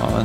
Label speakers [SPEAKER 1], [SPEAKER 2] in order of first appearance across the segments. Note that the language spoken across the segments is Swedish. [SPEAKER 1] Ja,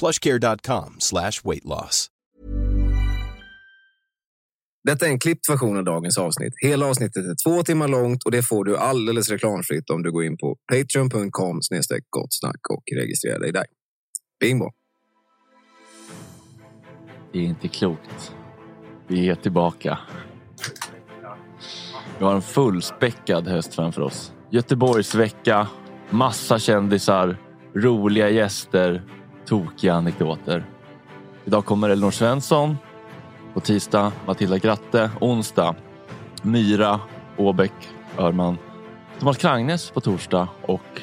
[SPEAKER 2] plushcare.com slash weight loss.
[SPEAKER 3] Detta är en klippt version av dagens avsnitt. Hela avsnittet är två timmar långt och det får du alldeles reklamfritt om du går in på patreon.com gott snack och registrerar dig där. Bingo!
[SPEAKER 4] Det är inte klokt. Vi är tillbaka. Vi har en fullspäckad höst framför oss. Göteborgsvecka, massa kändisar, roliga gäster, tokiga anekdoter. Idag kommer Elinor Svensson. På tisdag Matilda Gratte. Onsdag Myra Åbäck Örman. Thomas Krangnes på torsdag och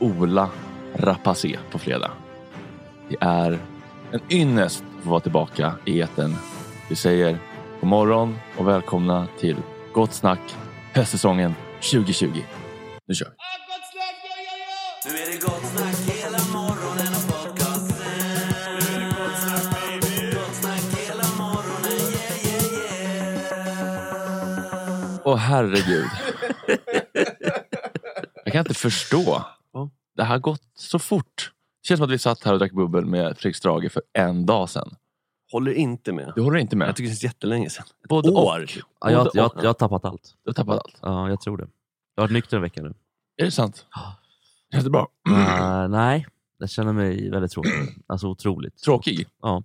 [SPEAKER 4] Ola Rapace på fredag. Det är en ynnest att få vara tillbaka i etern. Vi säger god morgon och välkomna till Gott Snack höstsäsongen 2020. Nu kör vi! Åh herregud. Jag kan inte förstå. Det här har gått så fort. Det känns som att vi satt här och drack bubbel med Fredrik Strage för en dag sedan.
[SPEAKER 5] Håller inte med.
[SPEAKER 4] Du håller inte med?
[SPEAKER 5] Jag tycker det känns jättelänge sedan. Ett
[SPEAKER 4] Både
[SPEAKER 5] år.
[SPEAKER 4] och.
[SPEAKER 5] Ja, jag,
[SPEAKER 4] Både
[SPEAKER 5] jag,
[SPEAKER 4] och.
[SPEAKER 5] jag har tappat allt.
[SPEAKER 4] Du har tappat allt.
[SPEAKER 5] Ja, jag tror det. Jag har varit nykter en vecka nu.
[SPEAKER 4] Är det sant? Känns det bra?
[SPEAKER 5] Eh, nej, jag känner mig väldigt tråkig. Alltså otroligt.
[SPEAKER 4] Tråkig?
[SPEAKER 5] Jag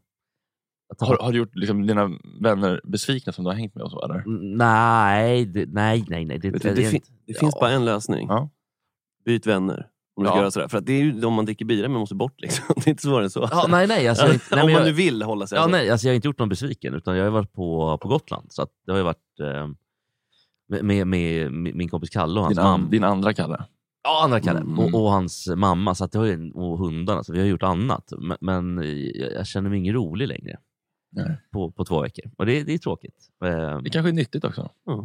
[SPEAKER 5] tappar-
[SPEAKER 4] Har, har du gjort liksom, dina vänner besvikna som du har hängt med? och så eller?
[SPEAKER 5] Mm, Nej, det, nej, nej. nej det,
[SPEAKER 3] Vet
[SPEAKER 5] det,
[SPEAKER 3] du,
[SPEAKER 5] är
[SPEAKER 3] det
[SPEAKER 5] inte-
[SPEAKER 3] fin- Det finns
[SPEAKER 4] Ja.
[SPEAKER 3] bara en lösning.
[SPEAKER 4] Ja.
[SPEAKER 3] Byt vänner. Om du ska
[SPEAKER 4] Ja.
[SPEAKER 3] göra sådär. För att det är ju de man dricker bira med måste bort. Liksom. Det är inte svårare än så.
[SPEAKER 5] ja, nej, nej. Alltså, jag, har inte- nej
[SPEAKER 3] om
[SPEAKER 5] men
[SPEAKER 3] man nu
[SPEAKER 5] jag,
[SPEAKER 3] vill hålla sig.
[SPEAKER 5] ja,
[SPEAKER 3] alltså.
[SPEAKER 5] nej alltså, jag har inte gjort någon besviken, utan jag har ju varit på, på Gotland. Så att det har ju varit eh, med, med, med, med min kompis Kalle och hans
[SPEAKER 4] Din,
[SPEAKER 5] mamma.
[SPEAKER 4] an, din andra Kalle?
[SPEAKER 5] Ja, andra Kalle.
[SPEAKER 3] Mm.
[SPEAKER 5] Och, och hans mamma. Så att det har ju, och hundarna. Så vi har gjort annat. Men, men jag, jag känner mig ingen rolig längre.
[SPEAKER 4] Nej.
[SPEAKER 5] På, på två veckor. Och det, det är tråkigt. Eh,
[SPEAKER 4] Det kanske är nyttigt också.
[SPEAKER 5] ja,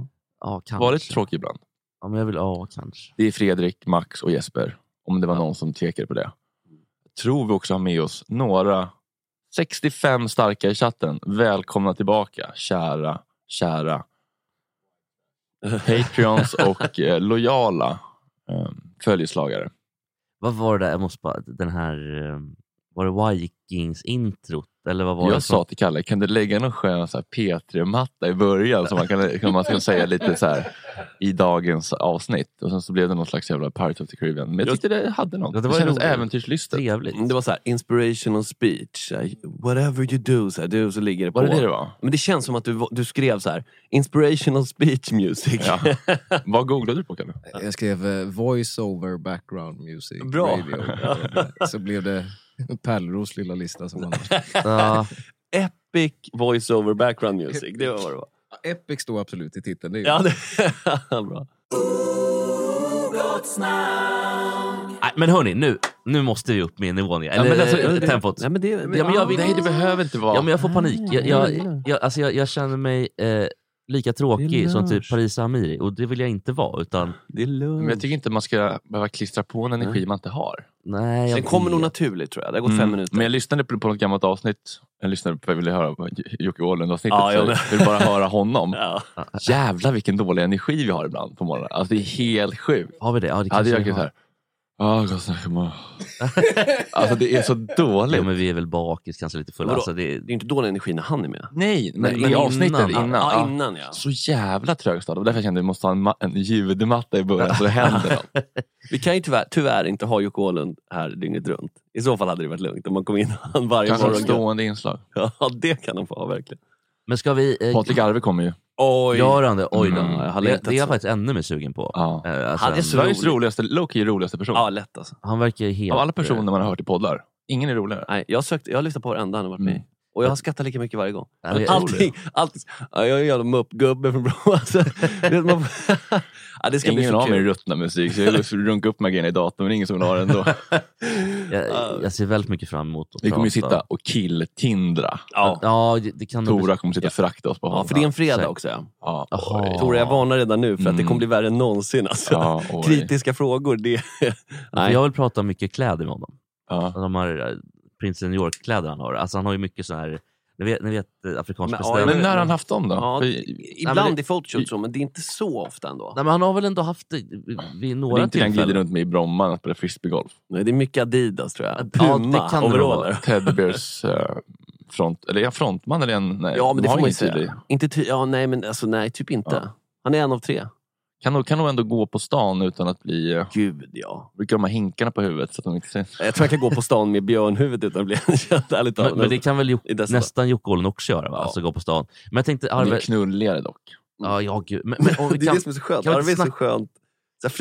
[SPEAKER 5] kanske.
[SPEAKER 4] Varit tråkig ibland.
[SPEAKER 5] Ja, men jag vill, ja, kanske.
[SPEAKER 4] Det är Fredrik, Max och Jesper. Om det var någon som tvekade på det. Jag tror vi också har med oss några 65 starka i chatten. Välkomna tillbaka kära, kära Patreons och eh, lojala eh, följeslagare.
[SPEAKER 5] Vad var det där? Jag måste bara, den här... eh, Var det Vikings-introt? Eller vad var det?
[SPEAKER 4] Jag
[SPEAKER 5] som-
[SPEAKER 4] sa till Kalle, kan du lägga någon skön så här P3-matta i början som man kan, som man kan säga lite så här i dagens avsnitt. Och sen så blev det någon slags jävla Pirates of the Caribbean. Men jag tyckte det hade något.
[SPEAKER 5] Ja,
[SPEAKER 4] det,
[SPEAKER 5] det var
[SPEAKER 4] kändes
[SPEAKER 5] roligt.
[SPEAKER 4] äventyrslystet. Mm,
[SPEAKER 5] Trevligt.
[SPEAKER 3] Det var så här, inspirational speech. Så här, Whatever you do, så, här, du, så ligger det på.
[SPEAKER 4] Var det det det var?
[SPEAKER 3] Men det känns som att du, du skrev så här, inspirational speech music.
[SPEAKER 4] Ja. Vad googlade du på Kalle?
[SPEAKER 6] Jag skrev eh, voice over background music.
[SPEAKER 3] Bra.
[SPEAKER 6] Radio. Så blev det Pärleros lilla lista som annars.
[SPEAKER 5] Ja,
[SPEAKER 3] Epic voice over background music. Det var vad det var.
[SPEAKER 6] Epic står absolut i titeln. Det är
[SPEAKER 3] Ja, det... Bra.
[SPEAKER 5] nej, men hörni, nu, nu måste vi upp med nivån igen.
[SPEAKER 4] Ja,
[SPEAKER 5] Eller
[SPEAKER 4] men alltså,
[SPEAKER 5] eh,
[SPEAKER 4] det-
[SPEAKER 5] tempot.
[SPEAKER 3] Nej, men det,
[SPEAKER 5] Ja, men jag vill-
[SPEAKER 4] Nej, det behöver inte vara.
[SPEAKER 5] Ja, men jag får panik. Jag, jag,
[SPEAKER 3] Ah, gillar
[SPEAKER 5] jag, alltså, jag, jag känner mig eh,
[SPEAKER 3] Det
[SPEAKER 5] lika
[SPEAKER 3] är
[SPEAKER 5] tråkig som
[SPEAKER 3] lunch.
[SPEAKER 5] typ Paris Amiri och det vill jag inte vara. Utan,
[SPEAKER 3] det är lugnt.
[SPEAKER 4] Men jag tycker inte man ska behöva klistra på en energi man inte har. Mm.
[SPEAKER 5] nej, jag
[SPEAKER 3] Sen kommer
[SPEAKER 5] vet.
[SPEAKER 3] nog naturligt tror jag. Det har gått fem minuter.
[SPEAKER 4] Men jag lyssnade på på något gammalt avsnitt. Jag lyssnade på, jag ville höra på J- Jocke Åhlund-avsnittet.
[SPEAKER 3] Ja, jag
[SPEAKER 4] så
[SPEAKER 3] med.
[SPEAKER 4] jag vill bara höra honom.
[SPEAKER 3] Ja.
[SPEAKER 4] Jävlar vilken dålig energi vi har ibland på morgonen. Alltså det är helt sjukt.
[SPEAKER 5] Har vi det? Ja, det
[SPEAKER 4] Hade
[SPEAKER 5] kanske
[SPEAKER 4] jag
[SPEAKER 5] vi
[SPEAKER 4] kunnat
[SPEAKER 5] har.
[SPEAKER 4] såhär. Ah, gott snack om morgonen." Alltså det är så dåligt.
[SPEAKER 5] Ja, men vi är väl bakis, kanske lite fulla.
[SPEAKER 3] Vadå?
[SPEAKER 5] Alltså, det,
[SPEAKER 3] Det är inte dålig energi när han är med.
[SPEAKER 4] Nej, men,
[SPEAKER 5] Men-
[SPEAKER 4] i
[SPEAKER 5] men
[SPEAKER 4] avsnittet
[SPEAKER 5] innan.
[SPEAKER 4] innan.
[SPEAKER 3] Ja,
[SPEAKER 4] ja.
[SPEAKER 3] innan ja.
[SPEAKER 4] Så jävla trögstad. Det var därför jag kände att vi måste ha en, ma- en ljudmatta i början så det händer något.
[SPEAKER 3] Vi kan ju tyvärr, tyvärr inte ha Jocke Åhlund här dygnet runt. I så fall hade det varit lugnt om man kom in han varje
[SPEAKER 4] Kanske ett
[SPEAKER 3] morgon.
[SPEAKER 4] stående inslag.
[SPEAKER 3] Ja, det kan han få ha verkligen.
[SPEAKER 5] men ska vi... Eh,
[SPEAKER 4] Patrik Arve kommer ju.
[SPEAKER 3] Oj!
[SPEAKER 5] Görande, oj då.
[SPEAKER 4] Mm,
[SPEAKER 3] jag har
[SPEAKER 5] det,
[SPEAKER 3] längtat
[SPEAKER 5] det är jag
[SPEAKER 3] så.
[SPEAKER 5] faktiskt ännu mer sugen på.
[SPEAKER 4] Ja.
[SPEAKER 5] Eh, alltså,
[SPEAKER 3] Han är så-
[SPEAKER 4] Sveriges
[SPEAKER 3] rolig.
[SPEAKER 4] roligaste, Loki roligaste person.
[SPEAKER 3] Ja, lätt alltså.
[SPEAKER 5] han verkar ju helt...
[SPEAKER 4] Av alla personer man har hört i poddar. Ingen är roligare.
[SPEAKER 3] Nej, jag, har sökt, jag har lyssnat på varenda han har varit med i.
[SPEAKER 4] Mm.
[SPEAKER 3] Och jag har skrattat lika mycket varje gång.
[SPEAKER 5] Ja, det-
[SPEAKER 3] Allting, allting. Ja, jag är en jävla muppgubbe från Bromma. Alltså, vet man- ja, det ska bli
[SPEAKER 4] Ingen
[SPEAKER 3] så
[SPEAKER 4] av min
[SPEAKER 3] kul.
[SPEAKER 4] ruttna musik, så jag vill runka upp de här grejerna i datorn, men ingen som vill ha det ändå.
[SPEAKER 5] jag, jag ser väldigt mycket fram emot att
[SPEAKER 4] Vi kommer ju
[SPEAKER 5] prata.
[SPEAKER 4] sitta och killtindra.
[SPEAKER 5] Ja,
[SPEAKER 3] Ja.
[SPEAKER 5] det, det kan nog bli-
[SPEAKER 4] Tora kommer sitta och förakta oss på
[SPEAKER 3] ja,
[SPEAKER 4] honom.
[SPEAKER 3] för det är en fredag
[SPEAKER 5] Säkert.
[SPEAKER 3] också. Ja.
[SPEAKER 4] Ja,
[SPEAKER 5] Jaha.
[SPEAKER 4] oj.
[SPEAKER 3] Tore, jag varnar redan nu för att det
[SPEAKER 4] Mm.
[SPEAKER 3] kommer bli värre än någonsin. Alltså.
[SPEAKER 4] Ja, oj.
[SPEAKER 3] Kritiska frågor, det...
[SPEAKER 5] För Alltså, Jag vill prata mycket kläder med honom.
[SPEAKER 4] Ja.
[SPEAKER 5] de här eh, Prince of New York-kläder han har. Alltså han har ju mycket så här, ni vet, ni vet eh, afrikansk
[SPEAKER 3] Men, ja,
[SPEAKER 5] beställning.
[SPEAKER 4] Men när har han haft dem då?
[SPEAKER 3] Ja,
[SPEAKER 4] För-
[SPEAKER 5] Nej,
[SPEAKER 3] Ibland
[SPEAKER 5] men
[SPEAKER 3] i Photoshop så, men det är inte så ofta ändå.
[SPEAKER 5] Nej, men han har väl ändå haft det vid- vid
[SPEAKER 4] det är
[SPEAKER 5] några
[SPEAKER 4] inte det han glider
[SPEAKER 5] tillfällen.
[SPEAKER 4] runt med i Bromma när han spelar frisbeegolf.
[SPEAKER 3] Nej, det är mycket Adidas tror
[SPEAKER 5] Ja,
[SPEAKER 3] jag. Puma,
[SPEAKER 5] det kan det
[SPEAKER 3] overaller.
[SPEAKER 4] Teddybears eh, front... Eller är han frontman eller är han... Nej,
[SPEAKER 3] Ja, men
[SPEAKER 4] de
[SPEAKER 3] det
[SPEAKER 4] har
[SPEAKER 3] får man ju
[SPEAKER 4] ingen tydlig-
[SPEAKER 3] säga. Inte ty- ja, nej, men alltså, nej, typ inte.
[SPEAKER 4] Ja.
[SPEAKER 3] Han är en av tre.
[SPEAKER 4] Kan nog, kan nog ändå gå på stan utan att bli... eh,
[SPEAKER 3] Gud, ja.
[SPEAKER 4] Brukar de ha hinkarna på huvudet så att de inte syns?
[SPEAKER 3] Jag tror jag kan gå på stan med björnhuvudet utan att bli igenkänd. Ärligt talat.
[SPEAKER 5] Men, men det kan väl
[SPEAKER 3] I
[SPEAKER 5] Jocke-
[SPEAKER 3] dessa-
[SPEAKER 5] nästan Jocke Åhlund också göra, va?
[SPEAKER 4] Ja.
[SPEAKER 5] alltså gå på stan. Men jag tänkte
[SPEAKER 4] De
[SPEAKER 5] Arve...
[SPEAKER 4] är knulligare dock.
[SPEAKER 5] Ja, ja, gud. Men, men, och vi
[SPEAKER 3] det är
[SPEAKER 5] kan...
[SPEAKER 3] det som är så skönt.
[SPEAKER 5] kan vi
[SPEAKER 3] Arve är
[SPEAKER 5] inte
[SPEAKER 3] så skönt. Så här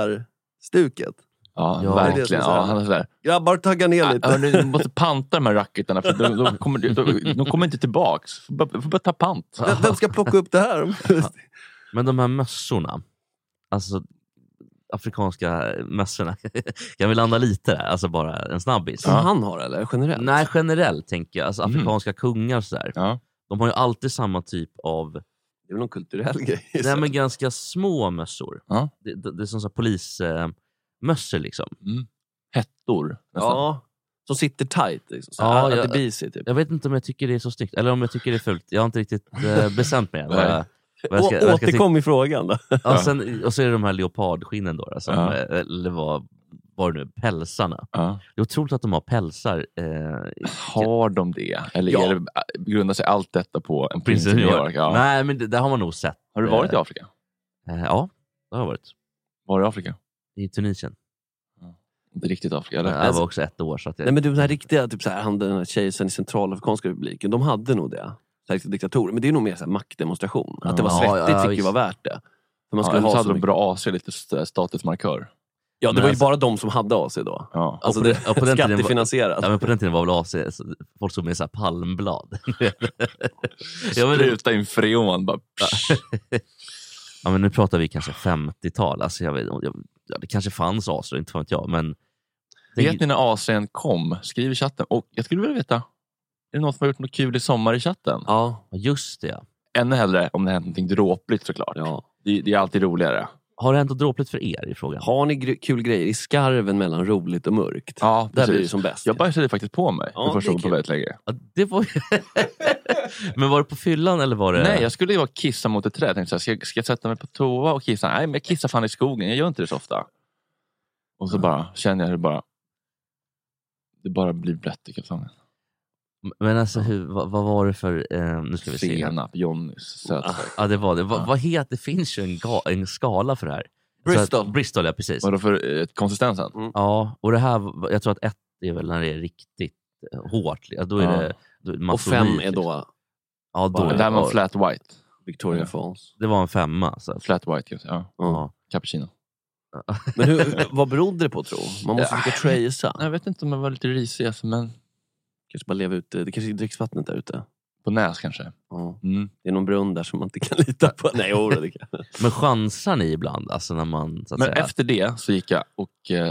[SPEAKER 3] fritidsledarstuket.
[SPEAKER 4] Ja,
[SPEAKER 5] Ja.
[SPEAKER 3] Det är det som
[SPEAKER 4] verkligen.
[SPEAKER 3] är så här.
[SPEAKER 4] Ja, han är sådär.
[SPEAKER 3] Grabbar, tagga ner lite.
[SPEAKER 4] Ah, hörni, du måste panta de här racketarna för de, de, kommer, de, de kommer inte tillbaks. Får bara, får bara ta pant.
[SPEAKER 3] Vem- Vem ska plocka upp det här?
[SPEAKER 5] Men de här mössorna, alltså, afrikanska mössorna. kan vi landa lite där? Alltså bara en snabbis.
[SPEAKER 4] Som han har eller? Generellt?
[SPEAKER 5] Nej, generellt tänker jag. Alltså
[SPEAKER 4] Mm.
[SPEAKER 5] afrikanska kungar så där.
[SPEAKER 4] Ja.
[SPEAKER 5] De har ju alltid samma typ av
[SPEAKER 4] Det är väl någon kulturell grej?
[SPEAKER 5] Nej, men ganska små mössor.
[SPEAKER 4] Ja.
[SPEAKER 5] Det, det, det är som så här polismössor. Liksom.
[SPEAKER 4] Hettor nästan.
[SPEAKER 5] Ja,
[SPEAKER 4] Som sitter tight liksom. Så
[SPEAKER 5] Ja,
[SPEAKER 4] här,
[SPEAKER 5] jag-
[SPEAKER 4] att det blir sig typ.
[SPEAKER 5] jag vet inte om jag tycker det är så snyggt eller om jag tycker det är fult. Jag har inte riktigt eh, bestämt mig. vad
[SPEAKER 4] Nej.
[SPEAKER 5] jag, vad jag ska, vad jag ska
[SPEAKER 4] Återkom i frågan då.
[SPEAKER 5] tycka. Ja, sen, och så är det de här leopardskinnen, då, då, som,
[SPEAKER 4] Ja.
[SPEAKER 5] eh, eller vad var det nu, pälsarna.
[SPEAKER 4] Ja.
[SPEAKER 5] Det är otroligt att de har pälsar. Eh,
[SPEAKER 4] Har de det? Eller
[SPEAKER 5] Ja.
[SPEAKER 4] är det, äh, grundar sig allt detta på en prins i
[SPEAKER 5] Prinsen
[SPEAKER 4] New York? Ja.
[SPEAKER 5] Nej, men det, det har man nog sett.
[SPEAKER 4] Har du varit i Afrika?
[SPEAKER 5] Eh, ja, det har jag varit.
[SPEAKER 4] Var i Afrika?
[SPEAKER 5] I Tunisien.
[SPEAKER 4] Inte riktigt Afrika eller?
[SPEAKER 5] Jag var också ett år. Så att jag,
[SPEAKER 4] alltså- Nej,
[SPEAKER 5] nej,
[SPEAKER 4] men- Men
[SPEAKER 5] men,
[SPEAKER 3] Men du, den här riktiga typ så här, han, den här kejsaren i centralafrikanska republiken, de hade nog det. Så här, riktiga diktatorer. Men det är nog mer så här, maktdemonstration. Att det var
[SPEAKER 5] Ja,
[SPEAKER 3] svettigt
[SPEAKER 5] ja,
[SPEAKER 3] fick ju
[SPEAKER 5] visst.
[SPEAKER 3] vara värt det. För man
[SPEAKER 4] Ja,
[SPEAKER 3] skulle
[SPEAKER 4] eller så
[SPEAKER 3] ha
[SPEAKER 4] hade
[SPEAKER 3] så
[SPEAKER 4] de
[SPEAKER 3] mycket.
[SPEAKER 4] bra AC, lite st- statusmarkör.
[SPEAKER 3] Ja, det
[SPEAKER 5] Men
[SPEAKER 3] var ju
[SPEAKER 5] alltså-
[SPEAKER 3] bara de som hade AC då.
[SPEAKER 4] Ja.
[SPEAKER 3] Alltså
[SPEAKER 5] Och på
[SPEAKER 3] det,
[SPEAKER 5] den- och på den tiden var-
[SPEAKER 3] skattefinansierat.
[SPEAKER 5] ja, men på den tiden var väl AC så- folk som med så här palmblad. ja, men,
[SPEAKER 4] Spruta in freon. Bara, psh.
[SPEAKER 5] ja, men nu pratar vi kanske 50-tal. Alltså, jag vet, jag, ja, det kanske fanns AC, inte fan vet jag. Men
[SPEAKER 4] Vet ni när AC'n kom? Skriv i chatten. Och jag skulle vilja veta, är det någon som har gjort något kul i sommar i chatten?
[SPEAKER 5] Ja, just det.
[SPEAKER 4] Ännu hellre om det har hänt någonting dråpligt såklart.
[SPEAKER 3] Ja.
[SPEAKER 4] Det, det är alltid roligare.
[SPEAKER 5] Har det hänt något dråpligt för er i frågan?
[SPEAKER 3] Har ni gr- kul grejer i skarven mellan roligt och mörkt?
[SPEAKER 4] Ja,
[SPEAKER 3] Där
[SPEAKER 4] precis.
[SPEAKER 3] blir det som bäst. typ,
[SPEAKER 4] Jag bajsade faktiskt på mig
[SPEAKER 3] Ja,
[SPEAKER 4] för
[SPEAKER 3] det är
[SPEAKER 4] första gången på
[SPEAKER 3] kul.
[SPEAKER 4] väldigt länge.
[SPEAKER 5] Ja, det var ju... men var det på fyllan eller
[SPEAKER 3] Eh.
[SPEAKER 5] var det...
[SPEAKER 4] Nej, jag skulle ju bara kissa mot ett träd. Jag tänkte så här, ska, jag- ska jag sätta mig på toa och kissa? Nej, men jag kissar fan i skogen. Jag gör inte det så ofta. Och
[SPEAKER 3] Mm.
[SPEAKER 4] så bara känner jag hur det bara... Det bara blir blött i kalsongen.
[SPEAKER 5] Men alltså, hur, vad, vad var det för... Eh, nu ska vi se. här.
[SPEAKER 4] Senap, Johnnys,
[SPEAKER 3] Ah,
[SPEAKER 4] sötsaker.
[SPEAKER 5] Ja, det var det. Va,
[SPEAKER 4] Ja.
[SPEAKER 5] Vad heter... Det finns ju en, ga, en skala för det här. Så
[SPEAKER 3] Bristol.
[SPEAKER 5] att, Bristol, ja precis.
[SPEAKER 4] Vadå för eh, konsistensen?
[SPEAKER 3] Mm.
[SPEAKER 5] Ja, och det här, var- jag tror att ett är väl när det är riktigt eh, hårt. Ja, då är
[SPEAKER 4] Ja.
[SPEAKER 5] det, då är det
[SPEAKER 3] Och fem är då
[SPEAKER 5] Ja, då
[SPEAKER 3] bara-
[SPEAKER 5] är
[SPEAKER 4] Där var
[SPEAKER 5] det,
[SPEAKER 4] man flat white.
[SPEAKER 3] Victoria
[SPEAKER 4] Ja.
[SPEAKER 3] Falls.
[SPEAKER 5] det var en femma. Så. att-
[SPEAKER 4] Flat white, kan jag säga. ja.
[SPEAKER 5] Ja.
[SPEAKER 4] Cappuccino.
[SPEAKER 3] Ah. Men hur, vad berodde det på tro? Man måste
[SPEAKER 4] Ja.
[SPEAKER 3] försöka tracea.
[SPEAKER 4] Jag vet inte om jag var lite risig, alltså, men
[SPEAKER 3] Kanske bara leva ute. Det kanske är dricksvattnet där ute.
[SPEAKER 4] på näs kanske.
[SPEAKER 3] Ja.
[SPEAKER 4] Mm.
[SPEAKER 3] Det är någon brunn där som man inte kan lita på. Nej, jo, det kan.
[SPEAKER 5] Men chansar ni ibland? Alltså när man, så att
[SPEAKER 4] Men
[SPEAKER 5] säga,
[SPEAKER 4] efter det så gick jag och, eh,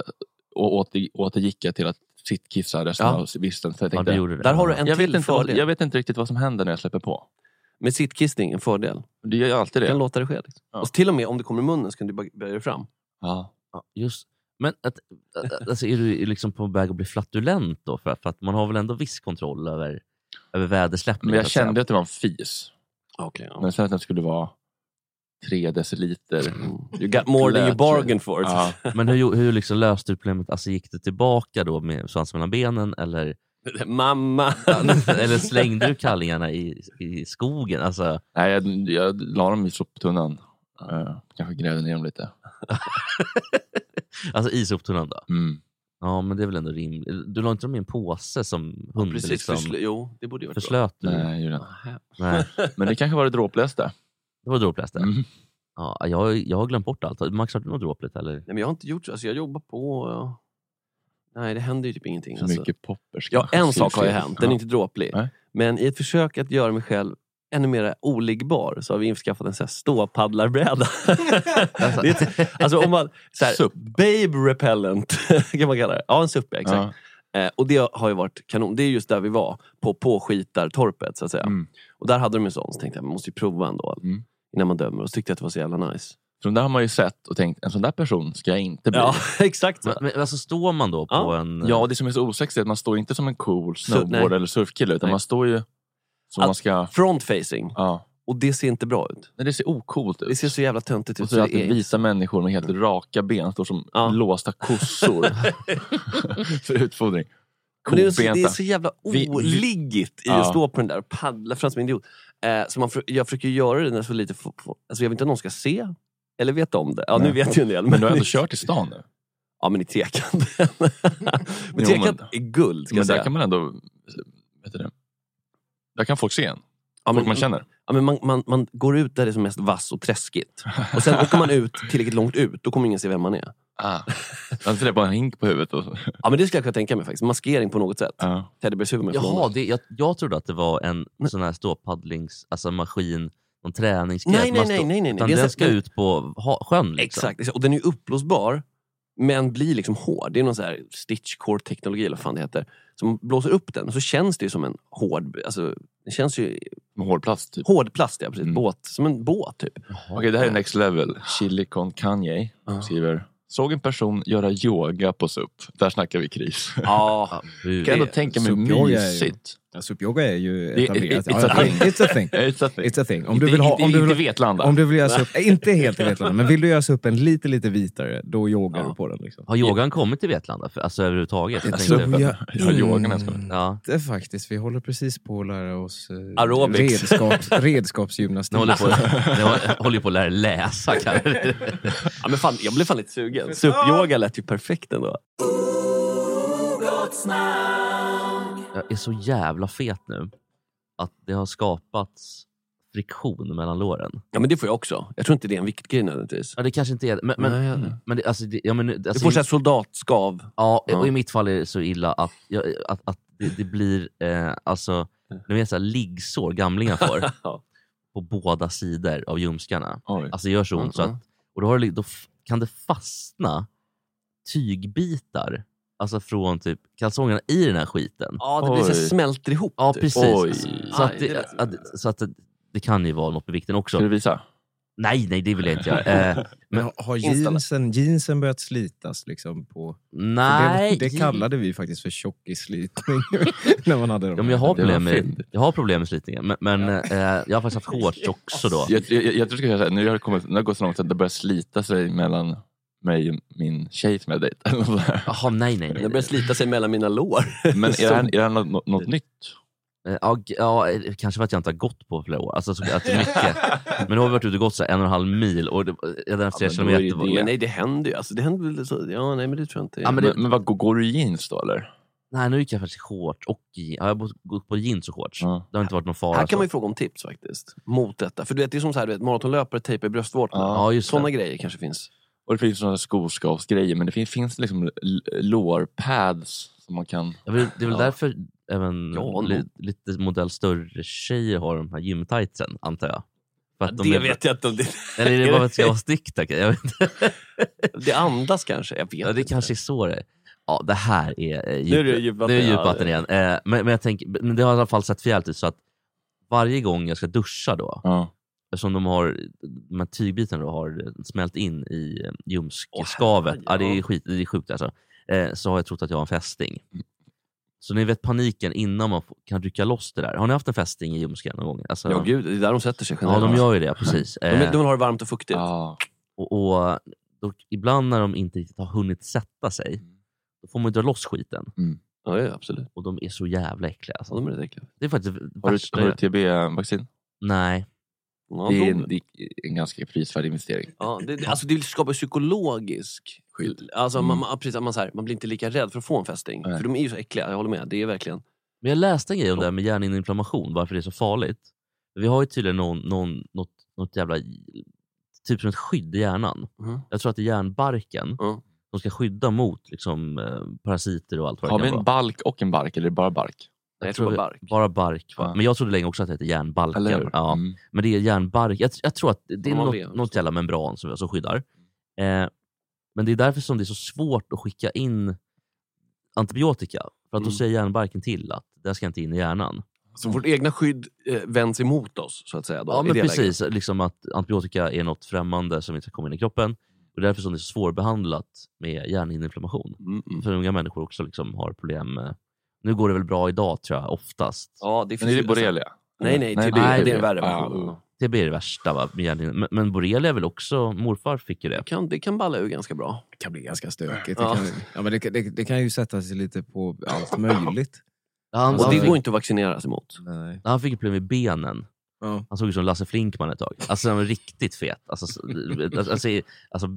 [SPEAKER 4] och åter, återgick jag till att sittkissa resten
[SPEAKER 3] Ja.
[SPEAKER 4] av vistelsen. Så jag
[SPEAKER 5] ja,
[SPEAKER 4] tänkte,
[SPEAKER 5] du gjorde det.
[SPEAKER 3] Där har du en
[SPEAKER 4] jag,
[SPEAKER 3] till
[SPEAKER 4] vet inte
[SPEAKER 3] fördel.
[SPEAKER 4] vad, jag vet inte riktigt vad som händer när jag släpper på.
[SPEAKER 3] Med sittkissning, en fördel.
[SPEAKER 4] Du gör ju alltid
[SPEAKER 3] Du kan
[SPEAKER 4] det.
[SPEAKER 3] låta det ske. Liksom.
[SPEAKER 4] Ja.
[SPEAKER 3] Och så till och med om det kommer i munnen så kan du bara böja dig fram.
[SPEAKER 4] Ja.
[SPEAKER 5] Ja, just. Men att, att- alltså, är du liksom på väg att bli flatulent då? För att, för att man har väl ändå viss kontroll över, över vädersläppningen?
[SPEAKER 4] Men jag
[SPEAKER 5] så att säga.
[SPEAKER 4] kände att det var en fis.
[SPEAKER 3] Okay, ja.
[SPEAKER 4] Men sen att den skulle vara tre deciliter.
[SPEAKER 3] Mm. You got more than you
[SPEAKER 4] Lät så.
[SPEAKER 3] bargained for.
[SPEAKER 4] Ja.
[SPEAKER 5] Men hur, hur liksom löste du problemet? Alltså, gick du tillbaka då med svansen mellan benen? Eller,
[SPEAKER 3] Mamma!
[SPEAKER 5] eller slängde du kallingarna i, i skogen? Alltså,
[SPEAKER 4] Nej, jag, jag la dem i soptunnan. Eh, kanske grävde ner dem lite.
[SPEAKER 5] alltså i soptunnan då?
[SPEAKER 4] Mm.
[SPEAKER 5] Ja, men det är väl ändå rimligt. Du la inte dem i en påse som hund?
[SPEAKER 3] Precis,
[SPEAKER 5] liksom,
[SPEAKER 3] försl- jo, det borde ju varit bra.
[SPEAKER 5] förslöt du?
[SPEAKER 3] Mm.
[SPEAKER 4] Nej, jag gjorde inte.
[SPEAKER 3] Aha.
[SPEAKER 5] Nej.
[SPEAKER 4] Men det kanske var det dråpligaste.
[SPEAKER 5] Det var dråpligast det.
[SPEAKER 4] Mm.
[SPEAKER 5] Ja, jag, jag har glömt bort allt. Max, har du något dråpligt? Eller?
[SPEAKER 3] Nej, men jag har inte gjort så. Alltså, jag jobbar på... ja. Nej, det händer ju typ ingenting.
[SPEAKER 4] För
[SPEAKER 3] Alltså.
[SPEAKER 4] mycket poppers.
[SPEAKER 3] Ja,
[SPEAKER 4] kanske.
[SPEAKER 3] en sak har ju
[SPEAKER 4] Fel.
[SPEAKER 3] hänt. Den är inte dråplig.
[SPEAKER 4] Nej.
[SPEAKER 3] Men i ett försök att göra mig själv ännu mer oliggbar så har vi införskaffat en sån här ståpaddlarbräda. det är ett, alltså om man, så här,
[SPEAKER 4] Supp.
[SPEAKER 3] babe repellent kan man kalla det. Ja, en supp ja, exakt.
[SPEAKER 4] Ja.
[SPEAKER 3] Eh, och det har ju varit kanon. Det är just där vi var, på påskitartorpet så att säga.
[SPEAKER 4] Mm.
[SPEAKER 3] Och där hade de en sån, så tänkte jag man måste ju prova ändå.
[SPEAKER 4] Mm.
[SPEAKER 3] Innan man dömer. Och så tyckte jag att det var så jävla nice.
[SPEAKER 4] För de där har man ju sett och tänkt, en sån där person ska jag inte bli.
[SPEAKER 3] Ja,
[SPEAKER 4] Ja,
[SPEAKER 3] exakt så.
[SPEAKER 5] Men, men, alltså, står man då på
[SPEAKER 3] Ja.
[SPEAKER 5] en... eh,
[SPEAKER 4] och det som är så osexigt är att man står inte som en cool
[SPEAKER 3] Sur-
[SPEAKER 4] snowboard
[SPEAKER 3] nej.
[SPEAKER 4] eller surfkille, utan
[SPEAKER 3] Nej.
[SPEAKER 4] man står ju som
[SPEAKER 3] Att-
[SPEAKER 4] man ska...
[SPEAKER 3] Frontfacing.
[SPEAKER 4] Ja.
[SPEAKER 3] Och det ser inte bra ut.
[SPEAKER 4] Nej, det ser ocoolt ut.
[SPEAKER 3] Det ser så jävla töntigt
[SPEAKER 4] och
[SPEAKER 3] ut.
[SPEAKER 4] så är det
[SPEAKER 3] så det
[SPEAKER 4] alltid
[SPEAKER 3] är-
[SPEAKER 4] visa människor med helt raka ben, står som
[SPEAKER 3] Ja.
[SPEAKER 4] låsta kossor för utfodring.
[SPEAKER 3] Men det, är så, det är
[SPEAKER 4] Kobenta.
[SPEAKER 3] så jävla
[SPEAKER 4] Vi- vi-
[SPEAKER 3] oliggigt i att
[SPEAKER 4] Ja.
[SPEAKER 3] stå på den där och paddla fram som en idiot. Eh, så man, för- jag försöker göra det när så lite... få- få- Alltså jag vill inte att någon ska se eller veta om det. Ja, nu
[SPEAKER 4] Nej.
[SPEAKER 3] vet ju en del.
[SPEAKER 4] Men du har ändå kört i stan nu.
[SPEAKER 3] Ja, men i Tekand. men
[SPEAKER 4] Jo,
[SPEAKER 3] Tekand
[SPEAKER 4] men-
[SPEAKER 3] är guld, ska
[SPEAKER 4] Men
[SPEAKER 3] jag
[SPEAKER 4] där
[SPEAKER 3] säga.
[SPEAKER 4] kan man ändå... Vet du det? Där kan folk se en.
[SPEAKER 3] ja,
[SPEAKER 4] Folk
[SPEAKER 3] men,
[SPEAKER 4] man känner.
[SPEAKER 3] ja, men man, man, man går ut där det är som mest vass och träskigt. Och sen åker man ut tillräckligt långt ut, då kommer ingen se vem man är.
[SPEAKER 4] Ah. Man ser det på en hink på huvudet. Och så.
[SPEAKER 3] Ja, men det skulle jag kunna tänka mig faktiskt. Maskering på något sätt.
[SPEAKER 4] Ja.
[SPEAKER 3] Teddybjörnshuvud med
[SPEAKER 5] Jaha,
[SPEAKER 3] förlåt.
[SPEAKER 5] det, jag, jag trodde att det var en sån här ståpaddlings, alltså maskin någon träningsgrej.
[SPEAKER 3] Nej,
[SPEAKER 5] att
[SPEAKER 3] nej,
[SPEAKER 5] man
[SPEAKER 3] nej,
[SPEAKER 5] står-
[SPEAKER 3] nej, nej, nej.
[SPEAKER 5] Utan
[SPEAKER 3] Det är
[SPEAKER 5] den
[SPEAKER 3] så-
[SPEAKER 5] ska ut på ha- sjön. Liksom.
[SPEAKER 3] Exakt, exakt. och den är ju uppblåsbar men blir liksom hård. Det är någon så här stitchcore-teknologi eller vad fan det heter. Som blåser upp den så känns det ju som en hård, alltså det känns ju...
[SPEAKER 4] Hård plast typ.
[SPEAKER 3] Hård plast ja, precis. Båt, som en båt typ.
[SPEAKER 4] Okej, det här är next level. Chili con Kanye skriver Såg en person göra yoga på SUP. Där snackar vi kris.
[SPEAKER 3] Ja.
[SPEAKER 4] Jag kan ändå tänka mig
[SPEAKER 7] Supyoga är ju-
[SPEAKER 4] mysigt.
[SPEAKER 7] Ja, Supyoga är ju
[SPEAKER 4] Det-
[SPEAKER 7] etablerat.
[SPEAKER 4] it's a
[SPEAKER 7] Ja, ja,
[SPEAKER 4] thing.
[SPEAKER 7] It's a thing.
[SPEAKER 4] It's a thing.
[SPEAKER 7] It's a thing. Om
[SPEAKER 4] Inte-
[SPEAKER 7] du vill ha,
[SPEAKER 4] inte-
[SPEAKER 7] om du
[SPEAKER 4] inte
[SPEAKER 7] vill,
[SPEAKER 4] Vetlanda.
[SPEAKER 7] Om du vill göra upp, inte helt i Vetlanda, men vill du göra upp en lite, lite vitare, då yogar
[SPEAKER 4] Ja.
[SPEAKER 7] du på den. Liksom.
[SPEAKER 5] Har yogan kommit till Vetlanda för, alltså, överhuvudtaget? Jag
[SPEAKER 7] Alltså,
[SPEAKER 5] tänkte-
[SPEAKER 7] jag-
[SPEAKER 4] Ja, yogan älskar man.
[SPEAKER 5] ja.
[SPEAKER 7] Mm. Det är faktiskt, vi håller precis på att lära oss eh,
[SPEAKER 5] Aerobics.
[SPEAKER 7] redskaps,
[SPEAKER 5] Ni
[SPEAKER 7] redskapsgymnastik.
[SPEAKER 5] håller, på, ni håller- håller på att lära er läsa. Kan
[SPEAKER 3] Ja, men fan, jag blev fan lite sugen. Supyoga lät ju perfekt ändå.
[SPEAKER 5] jag är så jävla fet nu att det har skapats friktion mellan låren.
[SPEAKER 3] Ja men det får jag också. Jag tror inte det är en viktgrej nödvändigtvis.
[SPEAKER 5] Ja, det kanske inte är men, men,
[SPEAKER 3] Nej, nej.
[SPEAKER 5] men det, alltså, det, ja, men, alltså,
[SPEAKER 3] Du får såhär soldatskav.
[SPEAKER 5] Ja,
[SPEAKER 3] Ja.
[SPEAKER 5] och i mitt fall är det så illa att, jag, att, att det, det blir eh, alltså, ni vet, så här, liggsår gamlingar får
[SPEAKER 3] Ja.
[SPEAKER 5] på båda sidor av ljumskarna.
[SPEAKER 4] Oj.
[SPEAKER 5] Alltså det gör så ont. Så
[SPEAKER 3] Mhm.
[SPEAKER 5] att, och då, har det, li- då f- kan det fastna tygbitar alltså från typ kalsongerna i den här skiten.
[SPEAKER 3] Ja, det blir så här
[SPEAKER 4] Oj.
[SPEAKER 3] smälter ihop.
[SPEAKER 5] Ja,
[SPEAKER 3] typ.
[SPEAKER 5] precis. Alltså,
[SPEAKER 4] Oj.
[SPEAKER 5] Så,
[SPEAKER 3] Aj,
[SPEAKER 5] att
[SPEAKER 3] det lät-
[SPEAKER 5] det, att, så att det, det kan ju vara något med vikten också.
[SPEAKER 4] Ska du visa?
[SPEAKER 5] Nej, nej det vill jag inte göra. Eh,
[SPEAKER 7] Men har- har
[SPEAKER 3] Inställa.
[SPEAKER 7] jeansen, jeansen börjat slitas? Liksom, på, för
[SPEAKER 5] nej.
[SPEAKER 7] det, det kallade vi faktiskt för tjockislitning. när man hade
[SPEAKER 5] Ja,
[SPEAKER 7] dem.
[SPEAKER 5] men jag, har
[SPEAKER 4] Det var
[SPEAKER 5] problem med,
[SPEAKER 4] fint.
[SPEAKER 5] jag har problem med slitningen, men, men eh, jag har faktiskt haft shorts också då.
[SPEAKER 4] Jag, jag, jag, jag tror du ska säga såhär, nu har det, kommit, nu har det gått så långt att det börjar slita sig mellan mig och min tjej som jag dejtar. eller något sådär.
[SPEAKER 5] Jaha, nej, nej, nej.
[SPEAKER 3] Det börjar slita sig mellan mina lår.
[SPEAKER 4] Men är det här, är det här något, något nytt?
[SPEAKER 5] Eh, Ja, g- ja, eh, kanske för att jag inte har gått på flera år. Alltså, så, att det är mycket. Men nu har vi varit ute och gått så här en och en halv mil och det, eh, den flera
[SPEAKER 3] men då är
[SPEAKER 5] kilometer.
[SPEAKER 3] det
[SPEAKER 5] var-
[SPEAKER 3] det. Men nej, det händer ju. Alltså, det händer väl så. Ja, nej, men det tror jag inte.
[SPEAKER 5] Ja, men
[SPEAKER 4] Men,
[SPEAKER 5] det-
[SPEAKER 4] men vad, går, går du i jeans då eller?
[SPEAKER 5] Nej, nu gick jag faktiskt i shorts och i, ja, jag har bott- gått på jeans och shorts.
[SPEAKER 4] Ja.
[SPEAKER 5] Det har inte varit någon fara.
[SPEAKER 3] här kan
[SPEAKER 5] så.
[SPEAKER 3] man ju fråga om tips faktiskt. Mot detta. För du vet, det är som så här, du vet, maratonlöpare tejpar i bröstvårtorna.
[SPEAKER 5] Ja, just det.
[SPEAKER 3] Sådana grejer kanske finns.
[SPEAKER 4] Och det finns sådana skoskavsgrejer, men det finns, finns liksom l- lårpads som man kan...
[SPEAKER 5] Ja, men Det är väl
[SPEAKER 4] Ja.
[SPEAKER 5] därför även
[SPEAKER 3] Ja,
[SPEAKER 5] li, lite modell större tjejer har de här gymtightsen, antar jag. För att de
[SPEAKER 3] det
[SPEAKER 5] är,
[SPEAKER 3] vet jag inte om det...
[SPEAKER 5] Eller är det bara för att det ska vara snyggt? tänker Jag Jag vet inte.
[SPEAKER 3] Det andas kanske. Jag vet
[SPEAKER 5] Ja, det
[SPEAKER 3] inte.
[SPEAKER 5] kanske är så det är. Ja, det här är eh, djup,
[SPEAKER 3] Nu är det djupvatten,
[SPEAKER 5] nu är
[SPEAKER 3] ja,
[SPEAKER 5] djupvatten
[SPEAKER 3] det-
[SPEAKER 5] igen. Eh, men, men, jag tänker, men det har i alla fall sett för jävligt ut så att varje gång jag ska duscha då,
[SPEAKER 4] Ja.
[SPEAKER 5] eftersom de har, de här tygbitarna då har smält in i eh,
[SPEAKER 3] Åh,
[SPEAKER 5] ljumskskavet,
[SPEAKER 3] herregud,
[SPEAKER 5] ja, det, är
[SPEAKER 3] ja.
[SPEAKER 5] skit, det är sjukt alltså, eh, så har jag trott att jag har en fästing. Så ni vet paniken innan man får- kan rycka loss det där. Har ni haft en fästing i ljumsken någon gång? Alltså,
[SPEAKER 3] Ja, gud. Det är där de sätter sig
[SPEAKER 5] ja,
[SPEAKER 3] generellt.
[SPEAKER 5] de gör ju det, precis.
[SPEAKER 3] de,
[SPEAKER 5] Eh,
[SPEAKER 3] de vill ha det varmt och fuktigt.
[SPEAKER 4] Ja.
[SPEAKER 5] och, och då, ibland när de inte riktigt har hunnit sätta sig, då får man ju dra loss skiten.
[SPEAKER 3] Ja, ja absolut.
[SPEAKER 5] Och de är så jävla äckliga.
[SPEAKER 3] Ja,
[SPEAKER 5] Alltså.
[SPEAKER 3] de är rätt äckliga.
[SPEAKER 5] Det är faktiskt det
[SPEAKER 4] Har,
[SPEAKER 5] värsta
[SPEAKER 4] du, har du
[SPEAKER 5] jag-
[SPEAKER 4] TB-vaccin?
[SPEAKER 5] Nej.
[SPEAKER 3] Ja,
[SPEAKER 4] det, är
[SPEAKER 3] de-
[SPEAKER 4] en, det är en ganska prisvärd investering.
[SPEAKER 3] Ja, det, det, alltså det skapar psykologisk
[SPEAKER 4] Skydd.
[SPEAKER 3] Alltså
[SPEAKER 4] Mm.
[SPEAKER 3] man, man, precis, att man, så här, man blir inte lika rädd för att få en fästing.
[SPEAKER 4] Nej.
[SPEAKER 3] För de är ju så äckliga, jag håller med. Det är verkligen...
[SPEAKER 5] Men jag läste en grej om det här med hjärninflammation, varför det är så farligt. Vi har ju tydligen någon, någon, något, något jävla, typ som ett skydd i hjärnan.
[SPEAKER 4] Mm.
[SPEAKER 3] Mhm.
[SPEAKER 5] Jag tror att det är hjärnbarken
[SPEAKER 3] Ja.
[SPEAKER 5] som ska skydda mot liksom, eh, parasiter och allt vad
[SPEAKER 4] Har
[SPEAKER 5] det
[SPEAKER 4] vi
[SPEAKER 5] kan
[SPEAKER 4] en
[SPEAKER 5] vara.
[SPEAKER 4] balk och en bark, eller är det bara bark?
[SPEAKER 3] Nej, jag
[SPEAKER 5] tror
[SPEAKER 3] tror
[SPEAKER 5] vi-
[SPEAKER 3] bara bark.
[SPEAKER 5] Bara bark. Va?
[SPEAKER 4] Ja.
[SPEAKER 5] Men jag trodde länge också att det hette hjärnbalken.
[SPEAKER 4] Eller hur?
[SPEAKER 5] Ja.
[SPEAKER 4] Mm.
[SPEAKER 5] Men det är järnbark. Jag, jag tror att det är
[SPEAKER 3] Ja, man
[SPEAKER 5] något,
[SPEAKER 3] vet.
[SPEAKER 5] något jävla membran som, som skyddar. Eh, men det är därför som det är så svårt att skicka in antibiotika. För att då
[SPEAKER 3] Mm.
[SPEAKER 5] säger järnbarken till att det här ska inte in i hjärnan.
[SPEAKER 3] Så vårt egna skydd eh, vänds emot oss, så att säga. Då,
[SPEAKER 5] ja,
[SPEAKER 3] i
[SPEAKER 5] men
[SPEAKER 3] det
[SPEAKER 5] precis. Liksom att antibiotika är något främmande som inte ska komma in i kroppen. Och därför som det är så svårbehandlat med hjärnhinneinflammation.
[SPEAKER 3] läget. Mm, mm.
[SPEAKER 5] För unga människor också liksom har problem med... Nu går det väl bra idag tror jag, oftast.
[SPEAKER 3] Ja, det finns
[SPEAKER 4] Men är det
[SPEAKER 3] ju- alltså-
[SPEAKER 4] borrelia?
[SPEAKER 3] Nej, nej, TB.
[SPEAKER 5] nej,
[SPEAKER 3] det är
[SPEAKER 5] TB.
[SPEAKER 3] en värre
[SPEAKER 4] Ja,
[SPEAKER 3] version.
[SPEAKER 4] ja.
[SPEAKER 5] Det blir det värsta va? med hjärnhinne- Men, men borrelia är väl också... Morfar fick ju det.
[SPEAKER 3] Det kan, det kan balla ur ganska bra.
[SPEAKER 7] Det kan bli ganska stökigt.
[SPEAKER 3] Ja.
[SPEAKER 7] Det, kan, ja, men det, kan- det, det kan ju sätta sig lite på allt möjligt.
[SPEAKER 5] Han,
[SPEAKER 3] Och
[SPEAKER 5] han,
[SPEAKER 3] det
[SPEAKER 5] fick,
[SPEAKER 3] går inte att vaccinera sig mot.
[SPEAKER 7] Nej.
[SPEAKER 5] han fick ju problem med benen.
[SPEAKER 7] Ja.
[SPEAKER 5] Han såg ut som Lasse Flinckman ett tag. Alltså han var riktigt fet. Alltså, så- alltså, alltså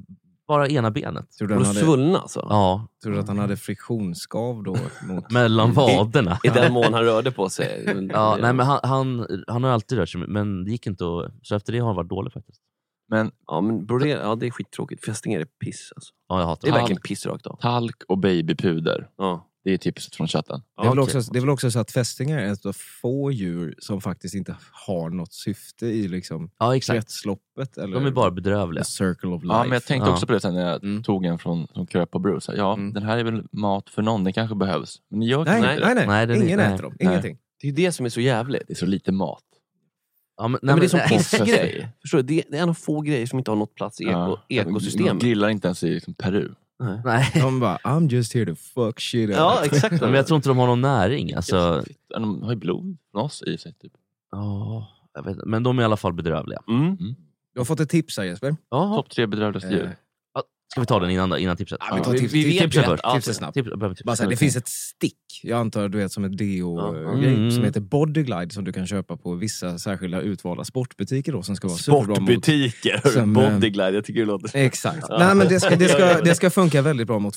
[SPEAKER 5] bara ena benet.
[SPEAKER 7] Tror, du
[SPEAKER 3] Och
[SPEAKER 7] han hade,
[SPEAKER 3] då svullna alltså.
[SPEAKER 5] Ja,
[SPEAKER 7] tror du att han hade friktionsskav då? Mot...
[SPEAKER 5] mellan vaderna.
[SPEAKER 3] I den mån han rörde på sig.
[SPEAKER 5] Ja, nej, men han, han, han har alltid rört sig, men det gick inte att... Så efter det har han varit dålig faktiskt.
[SPEAKER 4] Men
[SPEAKER 3] ja, men borrelia, ja, det är skittråkigt. Fästingar är piss alltså.
[SPEAKER 5] Ja, jag hatar
[SPEAKER 3] Det är
[SPEAKER 5] det.
[SPEAKER 3] verkligen piss rakt av.
[SPEAKER 4] talk och babypuder.
[SPEAKER 3] Ja.
[SPEAKER 4] Det är tipset från chatten.
[SPEAKER 3] Det är, väl också, det är väl också så att fästingar är ett av få djur som faktiskt inte har något syfte i liksom
[SPEAKER 5] ja,
[SPEAKER 3] kretsloppet. Eller
[SPEAKER 5] De är bara bedrövliga.
[SPEAKER 3] the circle of life.
[SPEAKER 4] Ja, Mm. men jag tänkte
[SPEAKER 5] Ja.
[SPEAKER 4] också på det sen när jag tog en från, från Kröp och Bruce. Ja,
[SPEAKER 3] Mm.
[SPEAKER 4] den här är väl mat för någon, den kanske behövs. Men jag
[SPEAKER 3] nej,
[SPEAKER 4] inte
[SPEAKER 3] nej,
[SPEAKER 4] det.
[SPEAKER 3] nej,
[SPEAKER 5] Nej, det är-
[SPEAKER 3] Ingen
[SPEAKER 5] nej.
[SPEAKER 3] äter dem. Ingenting.
[SPEAKER 1] Det är ju det som är så jävligt.
[SPEAKER 4] Det är så lite mat.
[SPEAKER 5] Ja, men, nej,
[SPEAKER 1] Nej, men det är
[SPEAKER 5] men-
[SPEAKER 1] som
[SPEAKER 5] nej.
[SPEAKER 1] pissgrej. Förstår du? Det är- det är en av få grejer som inte har nått plats i eko,
[SPEAKER 4] Ja. Man
[SPEAKER 1] ekosystemet.
[SPEAKER 4] grillar inte ens i liksom, Peru.
[SPEAKER 1] Nej.
[SPEAKER 5] Nej.
[SPEAKER 3] De bara, I'm just here to fuck shit up.
[SPEAKER 1] Ja, exakt.
[SPEAKER 5] Men jag tror inte de har någon näring. Alltså,
[SPEAKER 4] De har ju blod från oss i sig. Typ.
[SPEAKER 5] ja, jag vet, inte. men de är i alla fall bedrövliga.
[SPEAKER 4] Mm.
[SPEAKER 3] Du har fått ett tips här Jesper.
[SPEAKER 4] Topp tre bedrövligaste djur.
[SPEAKER 3] Eh,
[SPEAKER 5] Ska vi ta den innan, då, innan tipset?
[SPEAKER 3] vi tar
[SPEAKER 5] Ja.
[SPEAKER 3] tips-
[SPEAKER 5] Vi- vi-
[SPEAKER 3] tips-
[SPEAKER 5] tipset
[SPEAKER 3] tips-
[SPEAKER 5] först. Ja,
[SPEAKER 3] tips är
[SPEAKER 5] tips-
[SPEAKER 3] snabbt.
[SPEAKER 5] tips- behöver tips-
[SPEAKER 3] Bara så här, det finns ett stick, jag antar du vet som ett deo-grej,
[SPEAKER 5] Mm.
[SPEAKER 3] som heter Bodyglide som du kan köpa på vissa särskilda utvalda sportbutiker då, som ska vara superbra mot
[SPEAKER 1] Sportbutiker,
[SPEAKER 3] Som, eh,
[SPEAKER 1] bodyglide. Jag tycker det låter...
[SPEAKER 3] Exakt. Nej, men det, ska, det, ska, det ska funka väldigt bra mot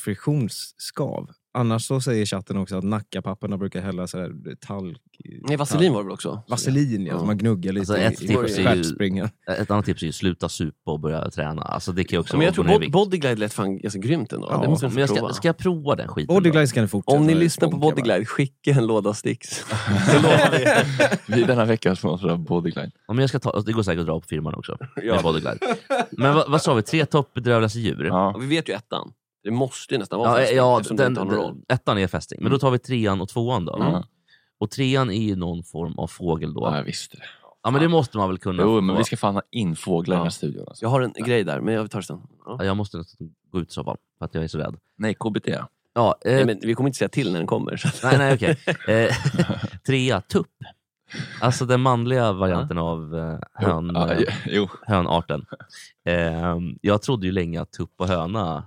[SPEAKER 3] friktionsskav. Annars så säger chatten också att nackapapperna brukar hälla så här, talg...
[SPEAKER 1] Nej, vaselin var det väl också?
[SPEAKER 3] Vaselin, ja.
[SPEAKER 1] Ja.
[SPEAKER 3] Så man gnuggar lite
[SPEAKER 5] Alltså, ett
[SPEAKER 3] i,
[SPEAKER 5] tips är
[SPEAKER 3] i
[SPEAKER 5] ju-
[SPEAKER 3] stjärtspringen.
[SPEAKER 5] Ett annat tips är ju sluta supa och börja träna. Alltså, det kan ju också
[SPEAKER 1] Men jag tror
[SPEAKER 5] gå ner i
[SPEAKER 1] bod,
[SPEAKER 5] vikt.
[SPEAKER 1] bodyglide lät fan ganska grymt ändå.
[SPEAKER 3] Ja.
[SPEAKER 1] Det måste
[SPEAKER 5] Men
[SPEAKER 1] vi
[SPEAKER 5] jag
[SPEAKER 1] prova.
[SPEAKER 5] ska, ska jag prova den skiten?
[SPEAKER 3] Bodyglide ska ni fortsätta
[SPEAKER 1] Om ni lyssnar på
[SPEAKER 3] spånka, va?
[SPEAKER 1] bodyglide, skicka en låda sticks. Så lovar vi.
[SPEAKER 4] Vi denna vecka sponsrar Bodyline.
[SPEAKER 5] Om jag ska ta, det går säkert att dra på firman också.
[SPEAKER 1] Ja.
[SPEAKER 5] Med bodyglide. Men vad, vad sa vi? Tre toppbedrövligaste djur?
[SPEAKER 1] Ja,
[SPEAKER 4] Ja.
[SPEAKER 1] Vi vet ju ettan. Det måste ju nästan vara
[SPEAKER 5] Ja,
[SPEAKER 1] fästing,
[SPEAKER 5] ja,
[SPEAKER 1] eftersom det
[SPEAKER 5] den,
[SPEAKER 1] inte har någon roll. Mm.
[SPEAKER 5] ettan är fästing. Men då tar vi trean och tvåan då.
[SPEAKER 4] Mm.
[SPEAKER 5] Och trean är ju någon form av fågel då.
[SPEAKER 4] ja,
[SPEAKER 5] Ja,
[SPEAKER 4] jag visste det.
[SPEAKER 5] men det måste man väl kunna.
[SPEAKER 4] Jo, men
[SPEAKER 5] få.
[SPEAKER 4] vi ska fan ha in fåglar i den
[SPEAKER 5] Ja.
[SPEAKER 4] här studion. Alltså.
[SPEAKER 1] Jag har en grej där, men jag tar det sen. Ja.
[SPEAKER 5] ja, jag måste nästan gå ut i så fall, för att jag är så rädd.
[SPEAKER 4] Nej, KBT.
[SPEAKER 5] Ja, eh,
[SPEAKER 1] Nej, men vi kommer inte säga till när den kommer. Så. att-
[SPEAKER 5] Nej, nej, okej. Eh, trea, tupp. Alltså den manliga varianten av eh, hön,
[SPEAKER 4] Ja,
[SPEAKER 5] eh,
[SPEAKER 4] jo.
[SPEAKER 5] hönarten. Eh, jag trodde ju länge att tupp och höna...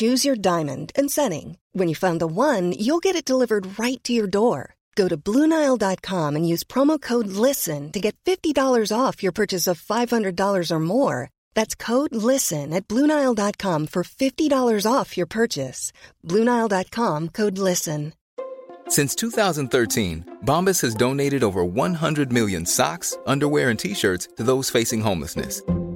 [SPEAKER 8] Choose your diamond and setting. When you find the one, you'll get it delivered right to your door. Go to Bluenile.com and use promo code LISTEN to get $50 off your purchase of $500 or more. That's code LISTEN at Bluenile.com for $50 off your purchase. Bluenile.com code LISTEN.
[SPEAKER 2] Since 2013, Bombas has donated over 100 million socks, underwear, and t shirts to those facing homelessness.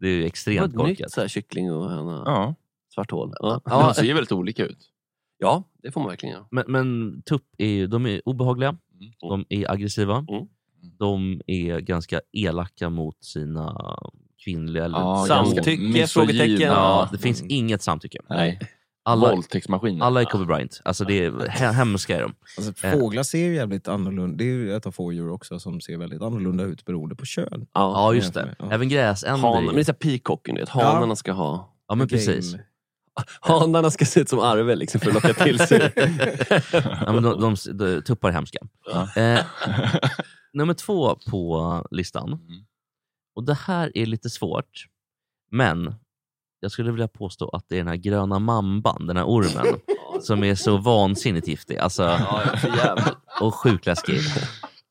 [SPEAKER 5] Det är ju
[SPEAKER 1] Det var
[SPEAKER 5] extremt
[SPEAKER 1] ett nytt
[SPEAKER 5] korkat.
[SPEAKER 1] så här, kyckling och höna.
[SPEAKER 4] Ja.
[SPEAKER 1] Svart hål. Ja.
[SPEAKER 5] Ja.
[SPEAKER 4] De ser ju väldigt olika ut.
[SPEAKER 1] ja, det får man verkligen göra.
[SPEAKER 5] Men, men tupp är, ju- de är obehagliga, de är aggressiva,
[SPEAKER 1] Mm.
[SPEAKER 5] de är ganska elaka mot sina kvinnliga... eller-
[SPEAKER 4] Ja,
[SPEAKER 1] Samtycke,
[SPEAKER 4] ganska
[SPEAKER 1] frågetecken.
[SPEAKER 5] Ja,
[SPEAKER 4] misogyna.
[SPEAKER 5] det finns inget samtycke.
[SPEAKER 4] Nej.
[SPEAKER 5] Alla,
[SPEAKER 4] Våldtäktsmaskiner.
[SPEAKER 5] alla är Kobe Bryant. Alltså det är he- hemska är de.
[SPEAKER 3] Alltså,
[SPEAKER 5] Eh.
[SPEAKER 3] fåglar ser ju jävligt annorlunda Det är ju ett av få djur också som ser väldigt annorlunda ut beroende på kön.
[SPEAKER 5] Ja, just det. Även
[SPEAKER 1] Hanar.
[SPEAKER 5] gräsänder.
[SPEAKER 1] Men
[SPEAKER 5] är-
[SPEAKER 1] det är så här peacocken, du vet. hanarna ska ha...
[SPEAKER 5] Ja, men
[SPEAKER 3] Game.
[SPEAKER 5] precis.
[SPEAKER 1] Hanarna ska se ut som Arve liksom, för att locka till sig.
[SPEAKER 5] Ja, men de, de, de tuppar är hemska. Eh, nummer två på listan.
[SPEAKER 1] Mm.
[SPEAKER 5] Och Det här är lite svårt, men jag skulle vilja påstå att det är den här gröna mamban, den här ormen, som är så vansinnigt giftig. Alltså, och sjukt läskig.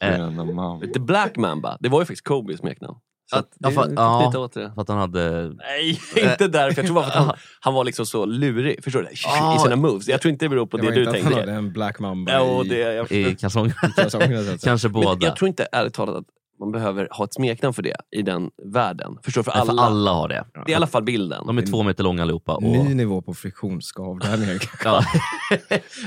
[SPEAKER 4] Gröna mamma.
[SPEAKER 1] The Black Mamba, det var ju faktiskt Kobes smeknamn. Så
[SPEAKER 5] Ja,
[SPEAKER 1] att det,
[SPEAKER 3] Alltså,
[SPEAKER 5] fa-
[SPEAKER 1] ja,
[SPEAKER 5] ja.
[SPEAKER 1] knyta åt det.
[SPEAKER 5] För att han hade...
[SPEAKER 1] Nej, inte därför. Jag tror bara för att han, han var liksom så lurig, förstår du? I sina moves. Jag tror inte det beror på
[SPEAKER 3] Det
[SPEAKER 1] det, du
[SPEAKER 3] var Ah. inte att han hade
[SPEAKER 1] tänker.
[SPEAKER 3] en black mamba
[SPEAKER 1] Jo,
[SPEAKER 3] i-
[SPEAKER 1] det, jag,
[SPEAKER 5] I kalsongerna.
[SPEAKER 3] kalsongerna, så att säga.
[SPEAKER 5] Kanske
[SPEAKER 1] men
[SPEAKER 5] båda.
[SPEAKER 1] jag tror inte ärligt talat att man behöver ha ett smeknamn för det i den världen. Förstår du? För
[SPEAKER 5] Nej,
[SPEAKER 1] alla,
[SPEAKER 5] för alla har det.
[SPEAKER 1] Det är i alla fall bilden.
[SPEAKER 5] De är två meter långa allihopa. Och...
[SPEAKER 3] Ny nivå på friktionsskav där nere.
[SPEAKER 5] eh, Ja.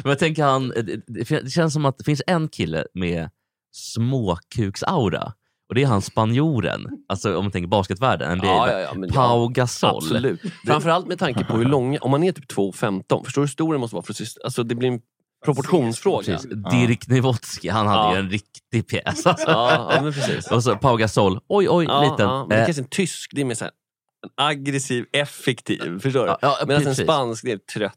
[SPEAKER 5] Men jag tänker han, det, det känns som att det finns en kille med småkuksaura. Och det är han spanjoren, alltså om man tänker basketvärlden, NBA, Pau Gasol.
[SPEAKER 3] Absolut. Framförallt med tanke på hur långa, om man är typ 2,15, förstår du hur stor den måste vara? För att syst- alltså, det blir en proportionsfråga.
[SPEAKER 5] Precis. Dirk Nowitzki, han hade
[SPEAKER 3] Ja.
[SPEAKER 5] ju en riktig pjäs. Alltså.
[SPEAKER 3] Ja, ja, men precis.
[SPEAKER 5] Och så Pau Gasol, oj oj
[SPEAKER 3] Ja,
[SPEAKER 5] liten.
[SPEAKER 3] ja, men det är
[SPEAKER 5] Eh,
[SPEAKER 3] kanske en tysk, det är mer så här, en aggressiv, effektiv. Förstår du?
[SPEAKER 5] ja,
[SPEAKER 3] Medan
[SPEAKER 5] precis.
[SPEAKER 3] en spansk, det är trött.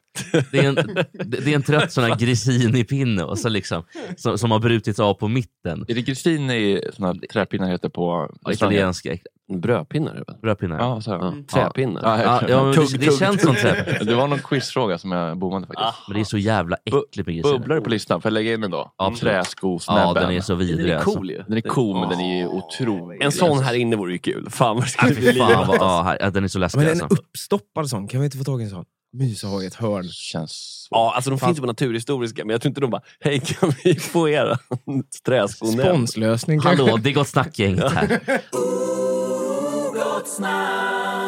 [SPEAKER 5] Det är en, det det är en trött sån här Grissini-pinne och så liksom, som, som har brutits av på mitten.
[SPEAKER 4] Är det Grissini såna här träpinnar heter på...
[SPEAKER 5] Ja, italienska.
[SPEAKER 3] Brödpinnar?
[SPEAKER 5] Brödpinnar.
[SPEAKER 4] Ja, så här.
[SPEAKER 3] Träpinnar.
[SPEAKER 4] Ja,
[SPEAKER 5] Ja, ja, men det- det känns som träpinnar.
[SPEAKER 4] Det var någon quizfråga som jag bommade faktiskt.
[SPEAKER 1] Ah,
[SPEAKER 5] Men det är så jävla äckligt med Grissini.
[SPEAKER 4] Bubblar det på listan? Får jag lägga in den då?
[SPEAKER 5] Ja, absolut.
[SPEAKER 4] Träskosnäbben.
[SPEAKER 5] Ja, den är så vidrig,
[SPEAKER 4] Den är cool
[SPEAKER 5] alltså.
[SPEAKER 4] ju. Den är cool, men den är ju otrolig.
[SPEAKER 3] En sån här inne vore ju kul. Fan vad
[SPEAKER 5] Ah,
[SPEAKER 3] skulle
[SPEAKER 5] fy
[SPEAKER 3] bli
[SPEAKER 5] fan, vad, ja, här, ja, den är så läskig.
[SPEAKER 7] Men en
[SPEAKER 5] Alltså.
[SPEAKER 7] uppstoppad sån, kan vi inte få tag i en sån? Mysa har i ett hörn.
[SPEAKER 4] Känns
[SPEAKER 3] Ja, alltså de
[SPEAKER 7] Fan.
[SPEAKER 3] finns ju på Naturhistoriska, men jag tror inte de bara, hej kan vi få er träskonäbb?
[SPEAKER 7] Sponslösning
[SPEAKER 5] Hallå,
[SPEAKER 7] kanske?
[SPEAKER 5] det är Gott Snack-gänget här.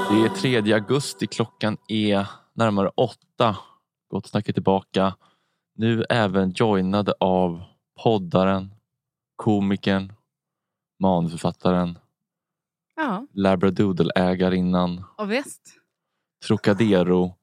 [SPEAKER 4] Det är 3 augusti, klockan är närmare åtta. Gott snack är tillbaka. Nu även joinade av poddaren, komikern, manusförfattaren,
[SPEAKER 9] Ja,
[SPEAKER 4] labradoodle-ägarinnan,
[SPEAKER 9] och visst.
[SPEAKER 4] Trocadero,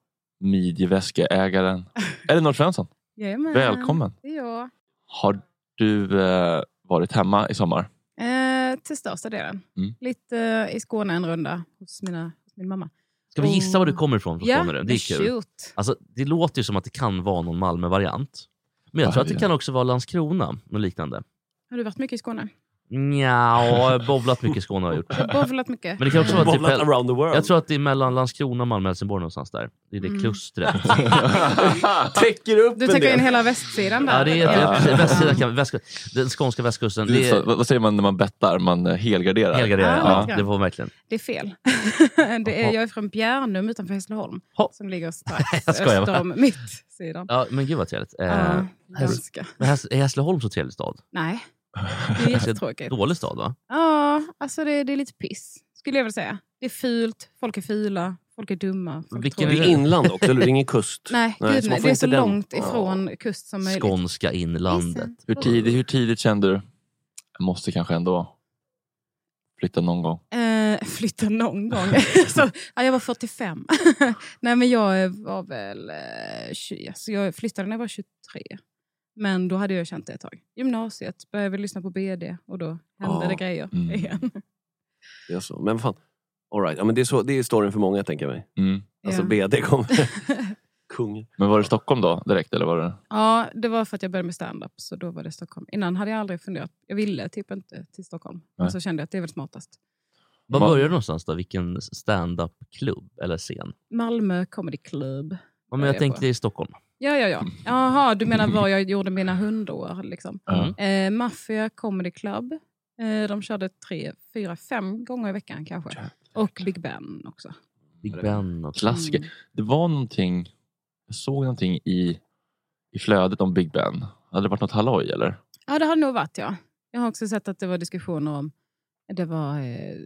[SPEAKER 4] midjeväskeägaren, Elinor Svensson.
[SPEAKER 9] Jajamän.
[SPEAKER 4] Välkommen.
[SPEAKER 9] Det är jag.
[SPEAKER 4] Har du eh, varit hemma i sommar?
[SPEAKER 9] Eh, till största delen.
[SPEAKER 4] Mm.
[SPEAKER 9] Lite eh, i Skåne en runda hos, mina, hos min mamma.
[SPEAKER 5] Ska vi gissa
[SPEAKER 9] Och-
[SPEAKER 5] var du kommer ifrån? Från
[SPEAKER 9] Ja,
[SPEAKER 5] Skåne nu? Det är kul.
[SPEAKER 9] shoot.
[SPEAKER 5] Alltså, det låter ju som att det kan vara någon Malmö-variant. Men jag tror att det kan också vara Landskrona och liknande.
[SPEAKER 9] Har du varit mycket i Skåne?
[SPEAKER 5] Nja, jag har bowlat mycket i Skåne har jag gjort.
[SPEAKER 9] Jag har bowlat mycket.
[SPEAKER 5] Men det kan också vara typ
[SPEAKER 3] Bowlat around the world.
[SPEAKER 5] Jag tror att det är mellan Landskrona, Malmö och Helsingborg någonstans där. Det är det
[SPEAKER 9] Mm.
[SPEAKER 5] klustret.
[SPEAKER 3] Täcker upp
[SPEAKER 9] Du
[SPEAKER 3] en
[SPEAKER 9] täcker
[SPEAKER 3] del.
[SPEAKER 9] in hela västsidan där.
[SPEAKER 5] ja, det är, ja. precis. Västsidan kan, västka, den skånska västkusten.
[SPEAKER 4] Det är
[SPEAKER 5] Det
[SPEAKER 4] lite
[SPEAKER 5] är,
[SPEAKER 4] så, vad vad säger man när man bettar? Man eh, helgarderar?
[SPEAKER 5] Helgarderar,
[SPEAKER 9] Ja, ja. lite
[SPEAKER 4] ja.
[SPEAKER 9] grann. Det
[SPEAKER 5] får man verkligen.
[SPEAKER 9] Det är fel. det är, jag är från Bjärnum utanför Hässleholm. Som ligger strax
[SPEAKER 5] Jag skojar
[SPEAKER 9] öster
[SPEAKER 5] bara.
[SPEAKER 9] om mittsidan.
[SPEAKER 5] ja, men gud vad trevligt. Eh,
[SPEAKER 9] Ja,
[SPEAKER 5] Häss-
[SPEAKER 9] ganska.
[SPEAKER 5] men Häss- är Hässleholm så trevlig stad?
[SPEAKER 9] Nej, det är
[SPEAKER 5] Ganska
[SPEAKER 9] jättetråkigt.
[SPEAKER 5] Dålig stad va?
[SPEAKER 9] Ja, alltså det, det är lite piss, skulle jag vilja säga. Det är fult, folk är fula, folk är dumma. Folk
[SPEAKER 5] Vilken
[SPEAKER 3] Det
[SPEAKER 9] tråkiga.
[SPEAKER 3] är inland också, eller hur? Det är ingen kust.
[SPEAKER 9] Nej,
[SPEAKER 4] Nej,
[SPEAKER 9] gud,
[SPEAKER 4] så man
[SPEAKER 9] nej.
[SPEAKER 4] får
[SPEAKER 9] det är
[SPEAKER 4] inte
[SPEAKER 9] så
[SPEAKER 4] den-
[SPEAKER 9] långt ifrån kust som möjligt.
[SPEAKER 5] Skånska inlandet.
[SPEAKER 4] Hur tidigt, hur tidigt kände du? Jag måste kanske ändå flytta någon gång.
[SPEAKER 9] Eh, flytta någon gång. så, ja, jag var 45. nej, men jag var väl... Eh, 20, alltså jag flyttade när jag var 23. Men då hade jag känt det ett tag. Gymnasiet, började vi lyssna på BD och då hände
[SPEAKER 3] Ja.
[SPEAKER 9] det grejer
[SPEAKER 3] Mm.
[SPEAKER 9] igen.
[SPEAKER 3] Det är så. Men fan, all right. ja, men det, är så, det är storyn för många tänker jag mig.
[SPEAKER 4] Mm.
[SPEAKER 3] Alltså
[SPEAKER 9] Ja.
[SPEAKER 3] BD kommer. Kung.
[SPEAKER 4] Men var det Stockholm då direkt? Eller var det?
[SPEAKER 9] Ja, det var för att jag började med stand-up. Så då var det Stockholm. Innan hade jag aldrig funderat. Jag ville typ inte till Stockholm. Men
[SPEAKER 5] Nej.
[SPEAKER 9] så kände jag att det är väl smartast.
[SPEAKER 5] Var
[SPEAKER 9] Va-
[SPEAKER 5] började du någonstans då? Vilken stand-up-klubb eller scen?
[SPEAKER 9] Malmö Comedy Club.
[SPEAKER 5] Ja, men
[SPEAKER 9] är
[SPEAKER 5] jag
[SPEAKER 9] på.
[SPEAKER 5] tänkte i Stockholm.
[SPEAKER 9] Ja, ja, ja. Jaha, du menar var jag gjorde mina hundår. Liksom.
[SPEAKER 5] Mm.
[SPEAKER 9] Eh, Mafia Comedy Club. Eh, de körde tre, fyra, fem gånger i veckan kanske. Och Big Ben också.
[SPEAKER 5] Big Mm. Ben och
[SPEAKER 4] Klassiker.
[SPEAKER 9] Mm.
[SPEAKER 4] Det var någonting, jag såg någonting i, i flödet om Big Ben. Hade det varit något halloj eller?
[SPEAKER 9] Ja, det har det nog varit ja. Jag har också sett att det var diskussioner om... Det var eh,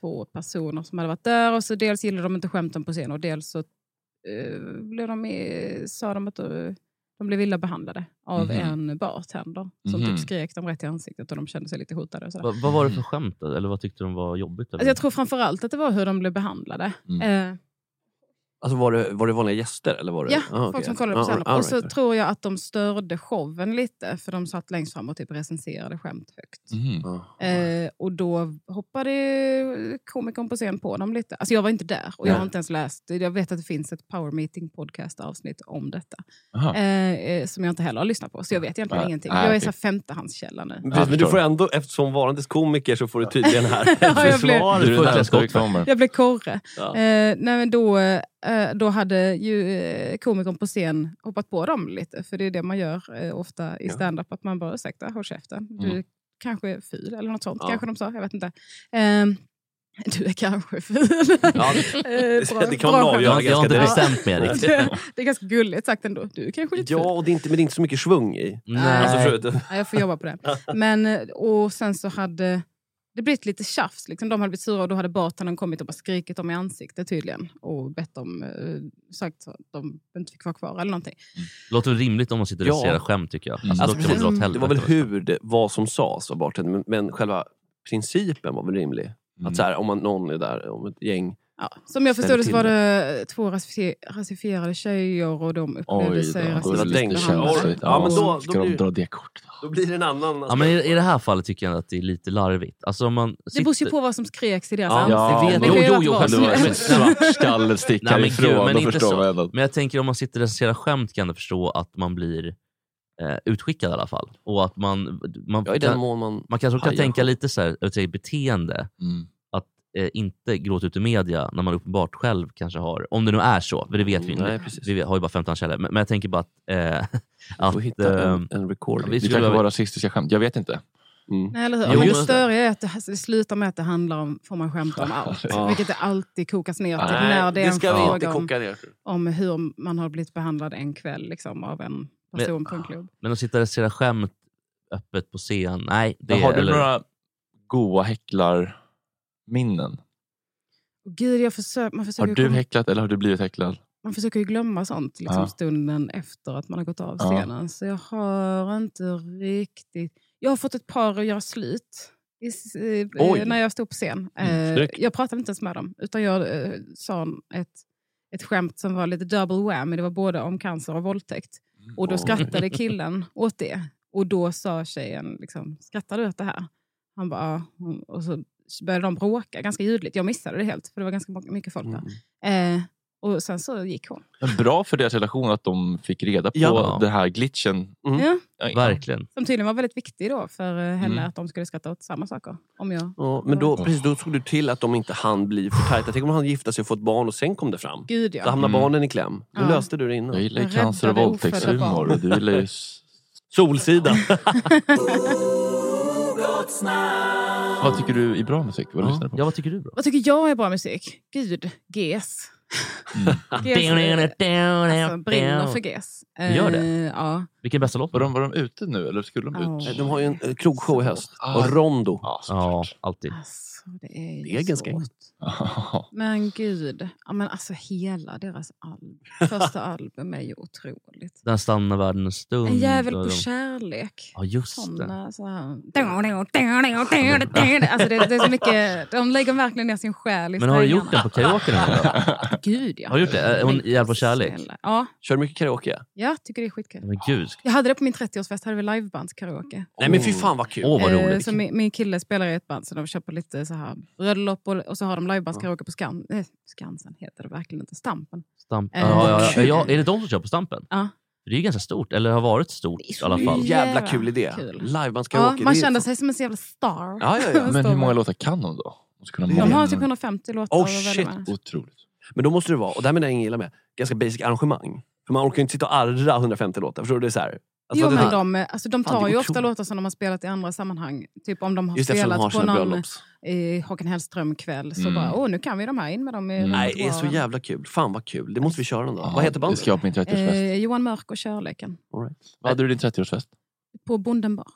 [SPEAKER 9] två personer som hade varit där och så dels gillade de inte skämten på scen och dels så eh, blev de, eh, sa de att eh, de blev illa behandlade av
[SPEAKER 5] Mhm.
[SPEAKER 9] en bartender som
[SPEAKER 5] Mhm.
[SPEAKER 9] typ skrek dem rätt i ansiktet och de kände sig lite hotade. Och sådär.
[SPEAKER 5] Va, vad var det för skämt? då? Eller vad tyckte de var jobbigt? Eller?
[SPEAKER 9] Alltså jag tror framförallt att det var hur de blev behandlade.
[SPEAKER 4] Mm.
[SPEAKER 9] Eh,
[SPEAKER 3] Alltså var det, var det vanliga gäster? Eller var det?
[SPEAKER 9] Ja,
[SPEAKER 3] Ah,
[SPEAKER 9] folk
[SPEAKER 3] okej.
[SPEAKER 9] som kollade på
[SPEAKER 3] Ah,
[SPEAKER 9] stand-up.
[SPEAKER 3] all
[SPEAKER 9] och så
[SPEAKER 3] right.
[SPEAKER 9] tror jag att de störde showen lite, för de satt längst fram och typ recenserade skämt högt.
[SPEAKER 4] Mhm.
[SPEAKER 3] Ah. Mm.
[SPEAKER 9] Eh, och då hoppade ju komikern på scen på dem lite. Alltså jag var inte där och jag
[SPEAKER 10] Nej.
[SPEAKER 9] har inte ens läst. Jag vet att det finns ett Power Meeting podcast avsnitt om detta.
[SPEAKER 3] Aha.
[SPEAKER 9] Eh, eh, som jag inte heller har lyssnat på, så jag vet egentligen
[SPEAKER 3] Nej.
[SPEAKER 9] ingenting.
[SPEAKER 3] Nej,
[SPEAKER 9] jag är
[SPEAKER 3] okej.
[SPEAKER 9] så här femtehandskälla nu.
[SPEAKER 3] Precis, men du får ändå, eftersom varandes komiker så får du tydligen här
[SPEAKER 9] Ja,
[SPEAKER 3] ett
[SPEAKER 9] jag blev-
[SPEAKER 3] försvar.
[SPEAKER 4] Du är den
[SPEAKER 3] för-
[SPEAKER 4] närmaste vi kommer.
[SPEAKER 9] Jag blev korre.
[SPEAKER 3] Ja.
[SPEAKER 9] Eh, nej, men då, eh, då hade ju eh, komikern på scen hoppat på dem lite, för det är det man gör eh, ofta i stand-up. Att man bara, ursäkta, håll käften. Du
[SPEAKER 10] Mm.
[SPEAKER 9] kanske är ful eller något sånt,
[SPEAKER 10] Ja.
[SPEAKER 9] kanske de sa. Jag vet inte. Eh, du är kanske ful.
[SPEAKER 3] Ja, det-
[SPEAKER 9] Eh,
[SPEAKER 3] det kan man
[SPEAKER 9] skämt.
[SPEAKER 3] avgöra Jag har ganska inte direkt. bestämt mig
[SPEAKER 9] Ja.
[SPEAKER 3] riktigt.
[SPEAKER 9] Det- Det är ganska gulligt sagt ändå. Du är kanske lite
[SPEAKER 3] Ja,
[SPEAKER 9] ful.
[SPEAKER 3] och det är inte, men det är inte så mycket svung i.
[SPEAKER 9] Nej.
[SPEAKER 5] Alltså,
[SPEAKER 3] Alltså, förstår du?
[SPEAKER 9] Ja, jag får jobba på det. Men, eh, och sen så hade... Det blev lite tjafs. Liksom. De hade blivit sura och då hade bartendern kommit och bara skrikit dem i ansiktet tydligen. Och bett dem, eh, sagt så att de inte fick vara kvar eller någonting.
[SPEAKER 5] Låter väl rimligt om man sitter och recenserar skämt tycker jag. Alltså,
[SPEAKER 3] Alltså,
[SPEAKER 5] då kan det dra åt
[SPEAKER 3] precis. det var väl
[SPEAKER 5] helvete.
[SPEAKER 3] hur det, vad som sades av bartendern, men, men själva principen var väl rimlig.
[SPEAKER 4] Mm.
[SPEAKER 3] Att så här, om man, någon är där, om ett gäng...
[SPEAKER 9] Som jag förstod det
[SPEAKER 3] ställer
[SPEAKER 9] så
[SPEAKER 3] till
[SPEAKER 9] var det två rasifi- rasifierade tjejer och de upplevde sig
[SPEAKER 3] då var
[SPEAKER 9] rasistiskt
[SPEAKER 3] det den
[SPEAKER 9] behandlade.
[SPEAKER 3] känslan. Ja, men då-
[SPEAKER 5] Ska
[SPEAKER 3] då
[SPEAKER 5] de
[SPEAKER 3] blir-
[SPEAKER 5] dra det kortet?
[SPEAKER 3] Då blir det en annan...
[SPEAKER 5] Ja, men i, I det här fallet tycker jag att det är lite larvigt. Alltså, om man
[SPEAKER 9] Det beror ju
[SPEAKER 5] sitter-
[SPEAKER 9] på vad som skreks i deras
[SPEAKER 5] Ja,
[SPEAKER 9] ansikten.
[SPEAKER 5] det
[SPEAKER 9] Det
[SPEAKER 5] vet
[SPEAKER 9] kan ju
[SPEAKER 5] jag.
[SPEAKER 9] varit vad som helst.
[SPEAKER 5] svartskallet
[SPEAKER 4] sticker ifrån, då förstår man ändå.
[SPEAKER 5] Men jag tänker om man sitter och recenserar skämt kan jag förstå att man blir eh, utskickad i alla fall. Och att man, man,
[SPEAKER 3] Ja, i den mån man
[SPEAKER 5] kanske också kan
[SPEAKER 3] hajar.
[SPEAKER 5] tänka lite så här, jag vill säga, beteende.
[SPEAKER 4] Mm.
[SPEAKER 5] Att eh, inte gråta ut i media när man uppenbart själv kanske har, om det nu är så, för det vet vi inte.
[SPEAKER 3] Nej,
[SPEAKER 5] vi har ju bara 15 källor. Men, men jag tänker bara att... Eh, att
[SPEAKER 3] får hitta en-
[SPEAKER 5] ehm,
[SPEAKER 3] en
[SPEAKER 5] ja,
[SPEAKER 3] recording.
[SPEAKER 5] vi
[SPEAKER 3] Det
[SPEAKER 5] skulle
[SPEAKER 3] kanske
[SPEAKER 5] behöva-
[SPEAKER 3] var
[SPEAKER 4] Rasistiska skämt, jag vet inte.
[SPEAKER 9] Nej, eller hur?
[SPEAKER 4] Jo,
[SPEAKER 9] Jo, det
[SPEAKER 4] just det.
[SPEAKER 9] störiga är att det, det slutar med att det handlar om, får man skämta om allt?
[SPEAKER 4] Ja.
[SPEAKER 9] Vilket det alltid kokas ner till
[SPEAKER 4] Nej,
[SPEAKER 9] när det är
[SPEAKER 4] det
[SPEAKER 9] en
[SPEAKER 4] ska vi
[SPEAKER 9] fråga
[SPEAKER 4] inte koka
[SPEAKER 9] om,
[SPEAKER 4] ner.
[SPEAKER 9] om hur man har blivit behandlad en kväll liksom, av en person på en klubb.
[SPEAKER 5] Men att sitta och recensera skämt öppet på scen, nej. Det,
[SPEAKER 4] Men har du
[SPEAKER 5] eller-
[SPEAKER 4] några goa häcklarminnen?
[SPEAKER 9] Och Gud, jag försöker, man,
[SPEAKER 4] Har
[SPEAKER 9] försöker
[SPEAKER 4] du
[SPEAKER 9] komma-
[SPEAKER 4] häcklat eller har du blivit häcklad?
[SPEAKER 9] man försöker ju glömma sånt liksom,
[SPEAKER 4] Ja.
[SPEAKER 9] stunden efter att man har gått av
[SPEAKER 4] Ja.
[SPEAKER 9] scenen. Så jag har inte riktigt... Jag har fått ett par att göra slut. I, s- eh,
[SPEAKER 4] Oj.
[SPEAKER 9] när jag stod på scen.
[SPEAKER 4] Mm,
[SPEAKER 9] Eh,
[SPEAKER 4] snyggt.
[SPEAKER 9] jag pratade inte ens med dem. Utan jag eh, sa en- ett, ett skämt som var lite double whammy. Det var både om cancer och våldtäkt. Och då
[SPEAKER 10] Oj.
[SPEAKER 9] skrattade killen åt det. Och då sa tjejen, liksom, skrattar du åt det här? Han bara, "Ja." Hon- Och så började de bråka ganska ljudligt. Jag missade det helt, för det var ganska mo- mycket folk där.
[SPEAKER 3] Mm.
[SPEAKER 9] Eh, och sen så gick hon.
[SPEAKER 4] Men bra för deras relation att de fick reda på
[SPEAKER 9] Ja.
[SPEAKER 4] den här glitchen.
[SPEAKER 9] Ja.
[SPEAKER 5] Verkligen.
[SPEAKER 9] Som tydligen var väldigt viktig då för eh, henne,
[SPEAKER 3] Mm.
[SPEAKER 9] att de skulle skratta åt samma saker. Om jag...
[SPEAKER 3] Ja, men då, precis, då såg du till att de inte hann bli för tajta. Tänk om han gifte sig och fått barn och sen kom det fram.
[SPEAKER 9] Gud, ja.
[SPEAKER 3] Då hamnar
[SPEAKER 9] Mm.
[SPEAKER 3] barnen i kläm. Då
[SPEAKER 9] Ja.
[SPEAKER 3] löste du det innan.
[SPEAKER 4] Jag gillar ju cancer och
[SPEAKER 3] Räddade
[SPEAKER 4] våldtäktshumor.
[SPEAKER 3] ofödda
[SPEAKER 4] och
[SPEAKER 3] barn.
[SPEAKER 4] Du gillar ju...
[SPEAKER 3] Solsidan.
[SPEAKER 4] Vad tycker du är bra musik? Vad lyssnar du på?
[SPEAKER 5] Ja, vad tycker du?
[SPEAKER 9] Vad tycker jag är bra musik? Gud, GES.
[SPEAKER 3] Mm.
[SPEAKER 9] Alltså, brinner för GES. Eh,
[SPEAKER 4] Gör det?
[SPEAKER 9] Ja.
[SPEAKER 5] Vilken bästa låt?
[SPEAKER 4] Var de, var de ute nu eller skulle de ut?
[SPEAKER 9] Ja.
[SPEAKER 3] De har ju en eh, krogshow i höst.
[SPEAKER 4] Ah.
[SPEAKER 3] Och Rondo.
[SPEAKER 4] Ja,
[SPEAKER 5] alltid.
[SPEAKER 9] Alltså, Det är, ju
[SPEAKER 3] Det är ganska
[SPEAKER 9] svårt. Men gud, ja, men alltså hela deras album. första album är ju otroligt.
[SPEAKER 5] Den stannar världen en stund.
[SPEAKER 9] En jävel
[SPEAKER 5] och
[SPEAKER 9] på
[SPEAKER 5] de-
[SPEAKER 9] kärlek. alltså,
[SPEAKER 5] Ja, just
[SPEAKER 9] Såna, så här. Alltså det, det är så mycket, de lägger verkligen ner sin själ i
[SPEAKER 5] Men har du gjort den
[SPEAKER 9] strängarna.
[SPEAKER 5] på
[SPEAKER 3] Ah.
[SPEAKER 5] karaoke någon gång?
[SPEAKER 9] Gud ja.
[SPEAKER 5] Har du gjort det? Eh, Hon
[SPEAKER 9] Men-
[SPEAKER 5] Jävel på kärlek?
[SPEAKER 9] Ja.
[SPEAKER 5] Kör du mycket karaoke?
[SPEAKER 9] Ja, tycker det är skitkul.
[SPEAKER 5] Men gud.
[SPEAKER 9] Jag hade det på min 30-årsfest, hade vi livebandskaraoke.
[SPEAKER 3] Nej, men fy fan vad kul.
[SPEAKER 5] Åh, vad
[SPEAKER 9] Eh,
[SPEAKER 5] roligt.
[SPEAKER 9] Så min, min kille spelar i ett band, så de köper lite så här bröllop och, och så har de livebandskaraoke på Skan, eh, Skansen, heter det verkligen inte, Stampen.
[SPEAKER 5] Stamp.
[SPEAKER 9] Eh,
[SPEAKER 5] ja, ja, ja. ja, är det de som kör på Stampen?
[SPEAKER 9] Ja.
[SPEAKER 5] Det är ju ganska stort, eller har varit stort i alla fall.
[SPEAKER 3] Jävla kul idé. Livebandskaraoke.
[SPEAKER 9] Ja, man
[SPEAKER 3] det är-
[SPEAKER 9] kände sig som en jävla star.
[SPEAKER 4] Men hur många låtar kan de då? De, skulle kunna
[SPEAKER 9] De
[SPEAKER 4] många.
[SPEAKER 9] har typ 150 låtar
[SPEAKER 3] Oh
[SPEAKER 9] att välja
[SPEAKER 3] shit.
[SPEAKER 9] mellan.
[SPEAKER 4] Otroligt.
[SPEAKER 3] Men då måste det vara, och det här menar jag ingen illa med, ganska basic arrangemang. För man orkar ju inte sitta och arra 150 låtar. Förstår du? Det är så här. Alltså,
[SPEAKER 9] jo,
[SPEAKER 3] det-
[SPEAKER 9] men de, alltså, de
[SPEAKER 3] Fan,
[SPEAKER 9] tar
[SPEAKER 3] det är
[SPEAKER 9] ju ofta
[SPEAKER 3] otroligt.
[SPEAKER 9] låtar som de har spelat i andra sammanhang. Typ om de har
[SPEAKER 3] Just eftersom de
[SPEAKER 9] spelat
[SPEAKER 3] har
[SPEAKER 9] på
[SPEAKER 3] sina
[SPEAKER 9] någon
[SPEAKER 3] bröllops.
[SPEAKER 9] eh, Håkan Hellström-kväll så
[SPEAKER 3] Mm.
[SPEAKER 9] bara, åh nu kan vi de här in med dem i
[SPEAKER 3] Nej, det är så
[SPEAKER 9] repertoaren."
[SPEAKER 3] jävla kul. Fan vad kul. Det måste vi köra någon dag. Vad heter bandet?
[SPEAKER 4] det ska jag på min 30-årsfest.
[SPEAKER 9] eh, Johan Mörk och Kärleken
[SPEAKER 3] All right.
[SPEAKER 4] Vad hade du din 30-årsfest?
[SPEAKER 9] på Bonden bar.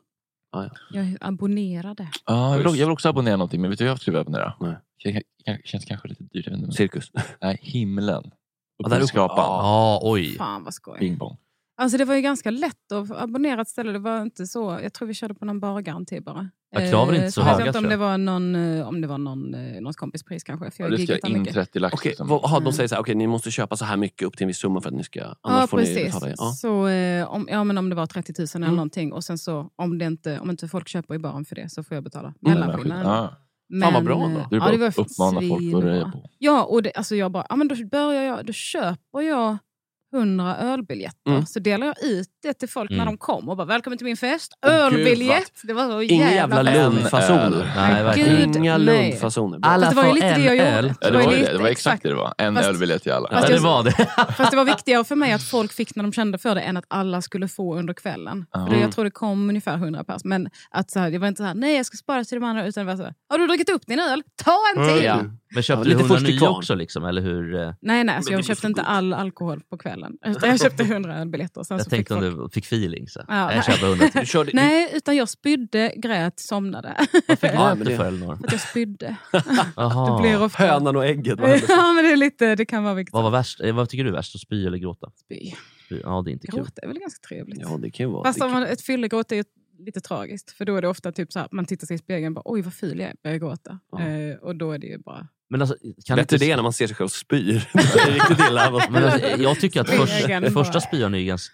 [SPEAKER 3] Ah, ja.
[SPEAKER 9] Jag abonnerade.
[SPEAKER 4] Ja, jag, vill, också- jag vill också abonnera någonting, men vet du vad jag skulle vilja abonnera? Det kan- känns kanske lite dyrt. jag vet inte, men-
[SPEAKER 3] Cirkus?
[SPEAKER 4] Nej, himlen.
[SPEAKER 5] Ja, där uppe.
[SPEAKER 4] Uppförskrapan.
[SPEAKER 5] Ja, oj.
[SPEAKER 9] Fan vad skoj.
[SPEAKER 4] Bing bong.
[SPEAKER 9] Alltså det var ju ganska lätt att abonnera ett ställe. Det var inte så. Jag tror vi körde på någon bargaranti bara. Eh,
[SPEAKER 4] Ja, kraven är inte så
[SPEAKER 9] jag vet
[SPEAKER 4] höga,
[SPEAKER 9] inte om
[SPEAKER 4] tror
[SPEAKER 9] det
[SPEAKER 4] jag.
[SPEAKER 9] var någon, eh, om det var någon, eh, någons kompis pris kanske. För jag har giggat där mycket.
[SPEAKER 4] lax.
[SPEAKER 3] Okej,
[SPEAKER 4] liksom.
[SPEAKER 3] vad- aha,
[SPEAKER 9] Mm.
[SPEAKER 3] de säger så här, okej ni måste köpa så här mycket upp till en viss summa för att ni ska, annars
[SPEAKER 9] Ja,
[SPEAKER 3] får ni
[SPEAKER 9] precis.
[SPEAKER 3] betala. er. Ja.
[SPEAKER 9] Så, eh, om, ja, men om det var 30 000 eller
[SPEAKER 3] Mm.
[SPEAKER 9] någonting. Och sen så, om, det inte, om inte folk köper i baren för det så får jag betala
[SPEAKER 4] Mm.
[SPEAKER 9] mellanskillnaden.
[SPEAKER 4] Ja.
[SPEAKER 9] Men,
[SPEAKER 4] Fan vad bra ändå.
[SPEAKER 9] eh,
[SPEAKER 4] Du bara
[SPEAKER 9] ja, det var
[SPEAKER 4] uppmanar folk att röja
[SPEAKER 9] svinbra.
[SPEAKER 4] på.
[SPEAKER 9] Ja, och det, alltså jag bara, ja, men då, börjar jag, då köper jag 100 ölbiljetter.
[SPEAKER 3] Mm.
[SPEAKER 9] Så delar jag ut det till folk när
[SPEAKER 3] Mm.
[SPEAKER 9] de kommer. Och bara, Välkommen till min fest!
[SPEAKER 3] Åh, gud,
[SPEAKER 9] Ölbiljett! det var så
[SPEAKER 3] Inga jävla
[SPEAKER 9] bra.
[SPEAKER 3] lundfasoner.
[SPEAKER 4] Nej, verkligen.
[SPEAKER 3] Inga
[SPEAKER 9] Gud, nej.
[SPEAKER 3] lundfasoner.
[SPEAKER 9] Alla Fast det var ju får lite det jag en gjorde. öl.
[SPEAKER 4] Ja, det,
[SPEAKER 9] Det var
[SPEAKER 4] var ju
[SPEAKER 9] ju
[SPEAKER 4] det. det var
[SPEAKER 9] lite,
[SPEAKER 4] exakt det det var. En
[SPEAKER 9] Fast-
[SPEAKER 4] ölbiljett till alla.
[SPEAKER 9] fast Ja, det jag- var
[SPEAKER 4] det.
[SPEAKER 9] Fast det var viktigare för mig att folk fick när de kände för det än att alla skulle få under kvällen.
[SPEAKER 4] Ja.
[SPEAKER 9] För det, jag tror det kom ungefär 100 pers. Men att så här, det var inte så här, nej jag ska spara till de andra. Utan det var så här, har du druckit upp din öl? Ta en till!
[SPEAKER 5] Men köpte
[SPEAKER 3] Ja,
[SPEAKER 5] du
[SPEAKER 3] lite
[SPEAKER 5] 100
[SPEAKER 3] först till
[SPEAKER 5] nya
[SPEAKER 3] kvarn.
[SPEAKER 5] också, liksom, eller hur? eh?
[SPEAKER 9] Nej, nej, så jag köpte inte all alkohol på kvällen. kvällen. Utan jag köpte 100 ölbiljetter. och Sen
[SPEAKER 5] Jag
[SPEAKER 9] så fick
[SPEAKER 5] tänkte
[SPEAKER 9] folk...
[SPEAKER 5] om du fick feeling. Så.
[SPEAKER 9] Ja,
[SPEAKER 5] jag köper 100 till.
[SPEAKER 9] nej, utan jag spydde, grät, somnade.
[SPEAKER 5] Fick du inte för Elinor?
[SPEAKER 9] För att jag spydde.
[SPEAKER 5] Jaha.
[SPEAKER 9] Det blir ofta-
[SPEAKER 3] Hönan och ägget. va?
[SPEAKER 9] ja, men det, är lite, det kan vara vilket
[SPEAKER 5] Vad var värst? eh, Vad tycker du är värst? Att spy eller gråta?
[SPEAKER 9] Spy.
[SPEAKER 5] Ja, det är inte kul.
[SPEAKER 9] Gråta är väl ganska trevligt?
[SPEAKER 3] Ja, det kan ju vara.
[SPEAKER 9] Fast
[SPEAKER 3] det
[SPEAKER 9] om man, ett fyllegråt är ju lite tragiskt. För då är det ofta typ så här, man tittar sig i spegeln och bara oj vad ful jag är, börjar gråta. Eh, och då är det ju bara...
[SPEAKER 5] Men alltså, kan
[SPEAKER 3] Bättre
[SPEAKER 5] inte-
[SPEAKER 3] det när man ser sig själv spyr. det är riktigt illa.
[SPEAKER 5] Men alltså, jag tycker att
[SPEAKER 9] Spegeln
[SPEAKER 5] första,
[SPEAKER 9] bara.
[SPEAKER 5] första spyan är ju ganska,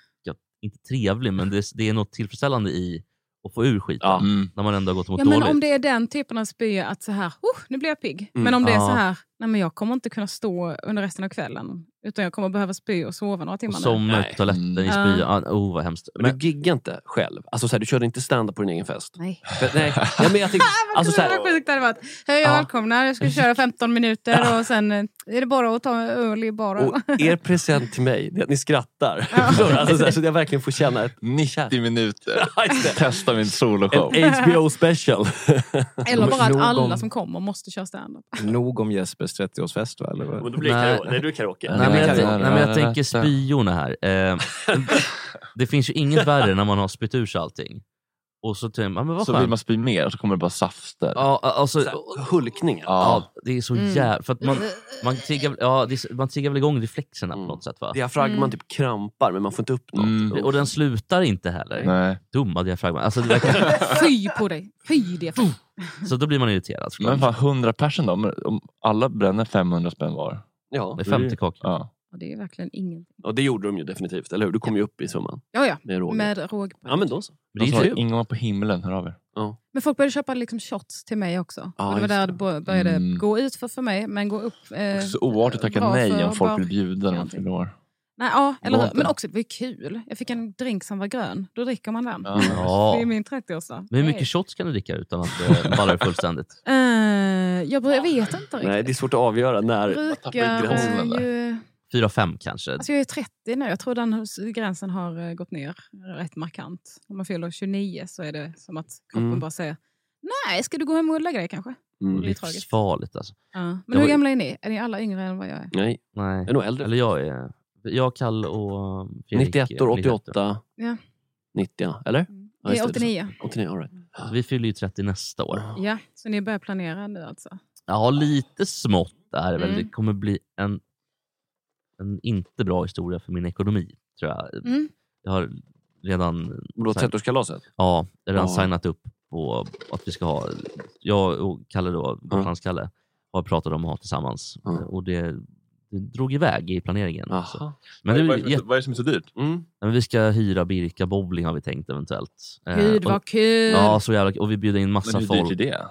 [SPEAKER 5] inte trevlig, men det, det är något tillfredsställande i att få ur skiten. När man ändå har gått mot
[SPEAKER 9] Ja, men
[SPEAKER 5] dåligt.
[SPEAKER 9] om det är den typen av spya att så här, oh, nu blir jag pigg.
[SPEAKER 5] Mm.
[SPEAKER 9] Men om det är
[SPEAKER 5] Ja.
[SPEAKER 9] så här, nej men jag kommer inte kunna stå under resten av kvällen. Utan jag kommer behöva spy och sova några timmar
[SPEAKER 5] Och
[SPEAKER 9] nu.
[SPEAKER 5] somna upp på toaletten i
[SPEAKER 9] Ja.
[SPEAKER 5] spyan. Oh, vad hemskt.
[SPEAKER 3] Men, du giggar inte själv? Alltså, så här, du körde inte stand-up på din egen fest?
[SPEAKER 9] Nej.
[SPEAKER 3] För, nej. Ja, men jag tänkte, alltså, så
[SPEAKER 9] Gud,
[SPEAKER 3] här,
[SPEAKER 9] vad sjukt det hade varit. Hej och
[SPEAKER 3] Ja.
[SPEAKER 9] välkomna, jag skulle köra 15 minuter och sen eh, är det bara att ta öl i baren.
[SPEAKER 3] och er present till mig det är att ni skrattar. Förstår du? alltså, så, här, så att jag verkligen får känna ett 90
[SPEAKER 4] minuter. Testa min soloshow.
[SPEAKER 3] En HBO special.
[SPEAKER 9] Eller bara att
[SPEAKER 7] Nog
[SPEAKER 9] alla
[SPEAKER 7] om-
[SPEAKER 9] som kommer måste köra standup.
[SPEAKER 7] Nog om Jespers 30-årsfest va? Eller? vad?
[SPEAKER 3] Men då blir det karaoke. Nej, du är karaoke.
[SPEAKER 5] Nej, men jag,
[SPEAKER 3] Karaoke.
[SPEAKER 5] nej, men jag tänker spyorna här. Eh, det finns ju inget värre när man har spytt ur sig allting. Och så, tänker man, men vad
[SPEAKER 4] Så
[SPEAKER 5] skönt.
[SPEAKER 4] vill man spy mer och så kommer det bara safter.
[SPEAKER 5] Ja, alltså,
[SPEAKER 3] hulkningar.
[SPEAKER 5] Ja, det är så
[SPEAKER 4] Mm.
[SPEAKER 5] jävla... För att man, man, triggar, ja, det är, så- man triggar väl igång reflexerna
[SPEAKER 4] Mm.
[SPEAKER 5] på något sätt va?
[SPEAKER 3] Diafragman typ krampar men man får inte upp något.
[SPEAKER 5] Och den slutar inte heller.
[SPEAKER 4] Nej.
[SPEAKER 5] Dumma diafragman. Alltså, det verkar,
[SPEAKER 9] Fy på dig! Fy det!
[SPEAKER 5] så då blir man irriterad. såklart.
[SPEAKER 4] Men fan, 100 personer då? Men Om alla bränner 500 spänn var.
[SPEAKER 3] Ja.
[SPEAKER 5] Det är 50 kakor.
[SPEAKER 4] Ja.
[SPEAKER 9] Och det är verkligen ingen...
[SPEAKER 3] Och det gjorde de ju definitivt, eller hur? Du kom ju upp i summan.
[SPEAKER 9] Ja, ja.
[SPEAKER 3] Med råge.
[SPEAKER 9] Med råg.
[SPEAKER 3] Ja men då så.
[SPEAKER 4] Men det är ju Ingvar på himlen, hör av er.
[SPEAKER 9] Men folk började köpa liksom shots till mig också.
[SPEAKER 4] Ja,
[SPEAKER 9] och det var
[SPEAKER 4] just
[SPEAKER 9] där det bo- började
[SPEAKER 4] Mm.
[SPEAKER 9] gå ut för, för mig, men gå upp... Eh,
[SPEAKER 4] Så oartigt att tacka
[SPEAKER 9] bra
[SPEAKER 4] nej
[SPEAKER 9] för
[SPEAKER 4] om folk
[SPEAKER 9] bara-
[SPEAKER 4] vill bjuda när man fyller år.
[SPEAKER 9] Nej, ja, eller
[SPEAKER 4] Går
[SPEAKER 9] hur?
[SPEAKER 4] inte.
[SPEAKER 9] Men också, det var ju kul. Jag fick en drink som var grön. Då dricker man den.
[SPEAKER 5] Ja. Ja.
[SPEAKER 9] Det är min 30-årsdag.
[SPEAKER 5] Men hur
[SPEAKER 9] Nej.
[SPEAKER 5] mycket shots kan du dricka utan att eh, balla ur fullständigt?
[SPEAKER 9] Eh, jag, bör- jag vet inte riktigt.
[SPEAKER 3] Nej, det är svårt att avgöra när...
[SPEAKER 9] Brukar eh, ju...
[SPEAKER 5] 4-5 kanske.
[SPEAKER 9] Alltså jag är 30 nu. Jag tror den hos- gränsen har eh, gått ner rätt markant. Om man fyller 29 så är det som att kroppen
[SPEAKER 5] Mm.
[SPEAKER 9] bara säger Nej, ska du gå hem och lägga dig kanske?
[SPEAKER 5] Mm.
[SPEAKER 9] Det är ju tragiskt.
[SPEAKER 5] Livsfarligt alltså.
[SPEAKER 9] Ja.
[SPEAKER 5] Jag
[SPEAKER 9] Men hur
[SPEAKER 5] var-
[SPEAKER 9] gamla är ni? Är ni alla yngre än vad jag är?
[SPEAKER 3] Nej.
[SPEAKER 5] Nej.
[SPEAKER 3] Är nog äldre.
[SPEAKER 5] Eller jag är... Jag, Kalle och um, Fredrik.
[SPEAKER 3] 91 år, 88,
[SPEAKER 9] Ja. Mm.
[SPEAKER 3] 90 eller? Ja, just det.
[SPEAKER 9] 89.
[SPEAKER 3] 89 all right.
[SPEAKER 5] Vi fyller ju 30 nästa år.
[SPEAKER 9] ja, så ni börjar planera nu alltså?
[SPEAKER 5] Ja, lite smått är det väl.
[SPEAKER 9] Mm.
[SPEAKER 5] Det kommer bli en, en inte bra historia för min ekonomi, tror jag.
[SPEAKER 9] Mm.
[SPEAKER 5] Jag har redan...
[SPEAKER 3] Då 30-årskalaset?
[SPEAKER 5] Ja, jag har redan
[SPEAKER 3] Ja.
[SPEAKER 5] signat upp på att vi ska ha... Jag och Kalle, då, Gotlandskalle, har pratat om att ha tillsammans. Och det, det drog iväg i planeringen. Så. Men det,
[SPEAKER 4] Alltså, vad, är, det
[SPEAKER 5] är
[SPEAKER 4] som är
[SPEAKER 5] jätte-
[SPEAKER 4] så- vad är det som är så dyrt?
[SPEAKER 3] Mm.
[SPEAKER 5] men vi ska hyra Birka bowling har vi tänkt eventuellt. Eh,
[SPEAKER 9] Gud,
[SPEAKER 5] och-
[SPEAKER 9] vad kul!
[SPEAKER 5] Ja, så jävla Och vi bjuder in massa
[SPEAKER 4] Men hur dyrt är
[SPEAKER 5] folk.
[SPEAKER 4] det?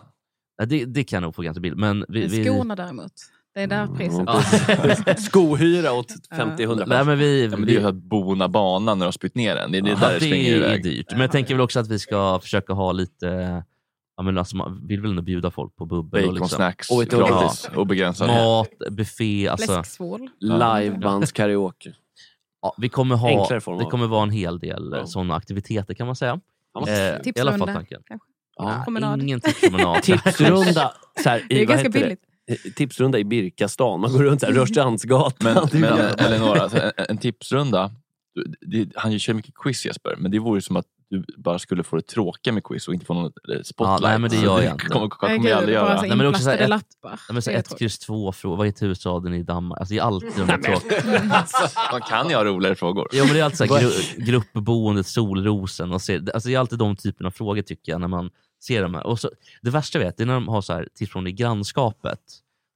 [SPEAKER 5] Ja, det? Det kan jag nog få ganska billigt. Men vi,
[SPEAKER 9] Men
[SPEAKER 5] vi, Mm.
[SPEAKER 9] Skorna däremot, det är där priset
[SPEAKER 5] Ja.
[SPEAKER 3] Skohyra åt
[SPEAKER 4] 50-100
[SPEAKER 5] Nej, men vi,
[SPEAKER 4] Ja, men det är
[SPEAKER 5] vi-
[SPEAKER 4] ju att bona banan när de har spytt ner den. Det är det
[SPEAKER 5] Ja,
[SPEAKER 4] där det
[SPEAKER 5] det
[SPEAKER 4] slänger
[SPEAKER 5] är
[SPEAKER 4] iväg.
[SPEAKER 5] dyrt. Men jag tänker väl också att vi ska försöka ha lite... Ja, men alltså, man vill väl ändå bjuda folk på bubbel och
[SPEAKER 4] Bacon,
[SPEAKER 5] liksom.
[SPEAKER 4] snacks, Och ett gratis, obegränsat.
[SPEAKER 5] Mat, buffé. Alltså,
[SPEAKER 9] Fläsksvål.
[SPEAKER 3] Livebandskaraoke.
[SPEAKER 5] Ja, vi kommer ha,
[SPEAKER 3] Enklare form av-
[SPEAKER 5] det kommer vara en hel del ja. sådana aktiviteter kan man säga.
[SPEAKER 3] vad
[SPEAKER 5] Eh, I alla fall
[SPEAKER 9] Tipsrunda,
[SPEAKER 5] tanken.
[SPEAKER 9] kanske?
[SPEAKER 5] Ah,
[SPEAKER 3] Ja.
[SPEAKER 9] Promenad.
[SPEAKER 5] Ingen tipspromenad.
[SPEAKER 3] Tipsrunda. Så här, i-
[SPEAKER 9] Det är
[SPEAKER 3] vad
[SPEAKER 9] ganska
[SPEAKER 3] heter
[SPEAKER 9] billigt.
[SPEAKER 3] Eh, Tipsrunda i Birkastan. Man går runt så här, Rörstrandsgatan.
[SPEAKER 4] Men,
[SPEAKER 3] Det är
[SPEAKER 4] men
[SPEAKER 3] jävla-
[SPEAKER 4] Eleonora, alltså, en, en tipsrunda. Du- Det, han kör mycket quiz Jesper, men det vore ju som att du bara skulle få det tråkiga med quiz och inte få någon eh, spotlight.
[SPEAKER 5] Ja, nej, men det
[SPEAKER 4] Så
[SPEAKER 5] gör jag
[SPEAKER 4] det
[SPEAKER 5] inte.
[SPEAKER 4] kommer, kommer
[SPEAKER 9] Nej,
[SPEAKER 4] jag
[SPEAKER 9] gud,
[SPEAKER 4] aldrig
[SPEAKER 9] bara
[SPEAKER 4] göra.
[SPEAKER 9] så
[SPEAKER 5] Nej, men det är också så här
[SPEAKER 9] Inplastade
[SPEAKER 5] ett-
[SPEAKER 9] lappar.
[SPEAKER 5] Ja, men så
[SPEAKER 9] Det
[SPEAKER 5] här
[SPEAKER 9] är
[SPEAKER 5] ett kryss två frågor. Vad är huvudstaden i Danmark? Alltså, det är alltid de där tråkiga.
[SPEAKER 4] Man kan ju ha roligare frågor.
[SPEAKER 5] Ja, men det är alltid så här, gru gruppboendet, Solrosen. Och ser, alltså, det är alltid de typerna av frågor tycker jag när man ser de här. Och så, det värsta jag vet det är när de har så här, tips från det grannskapet.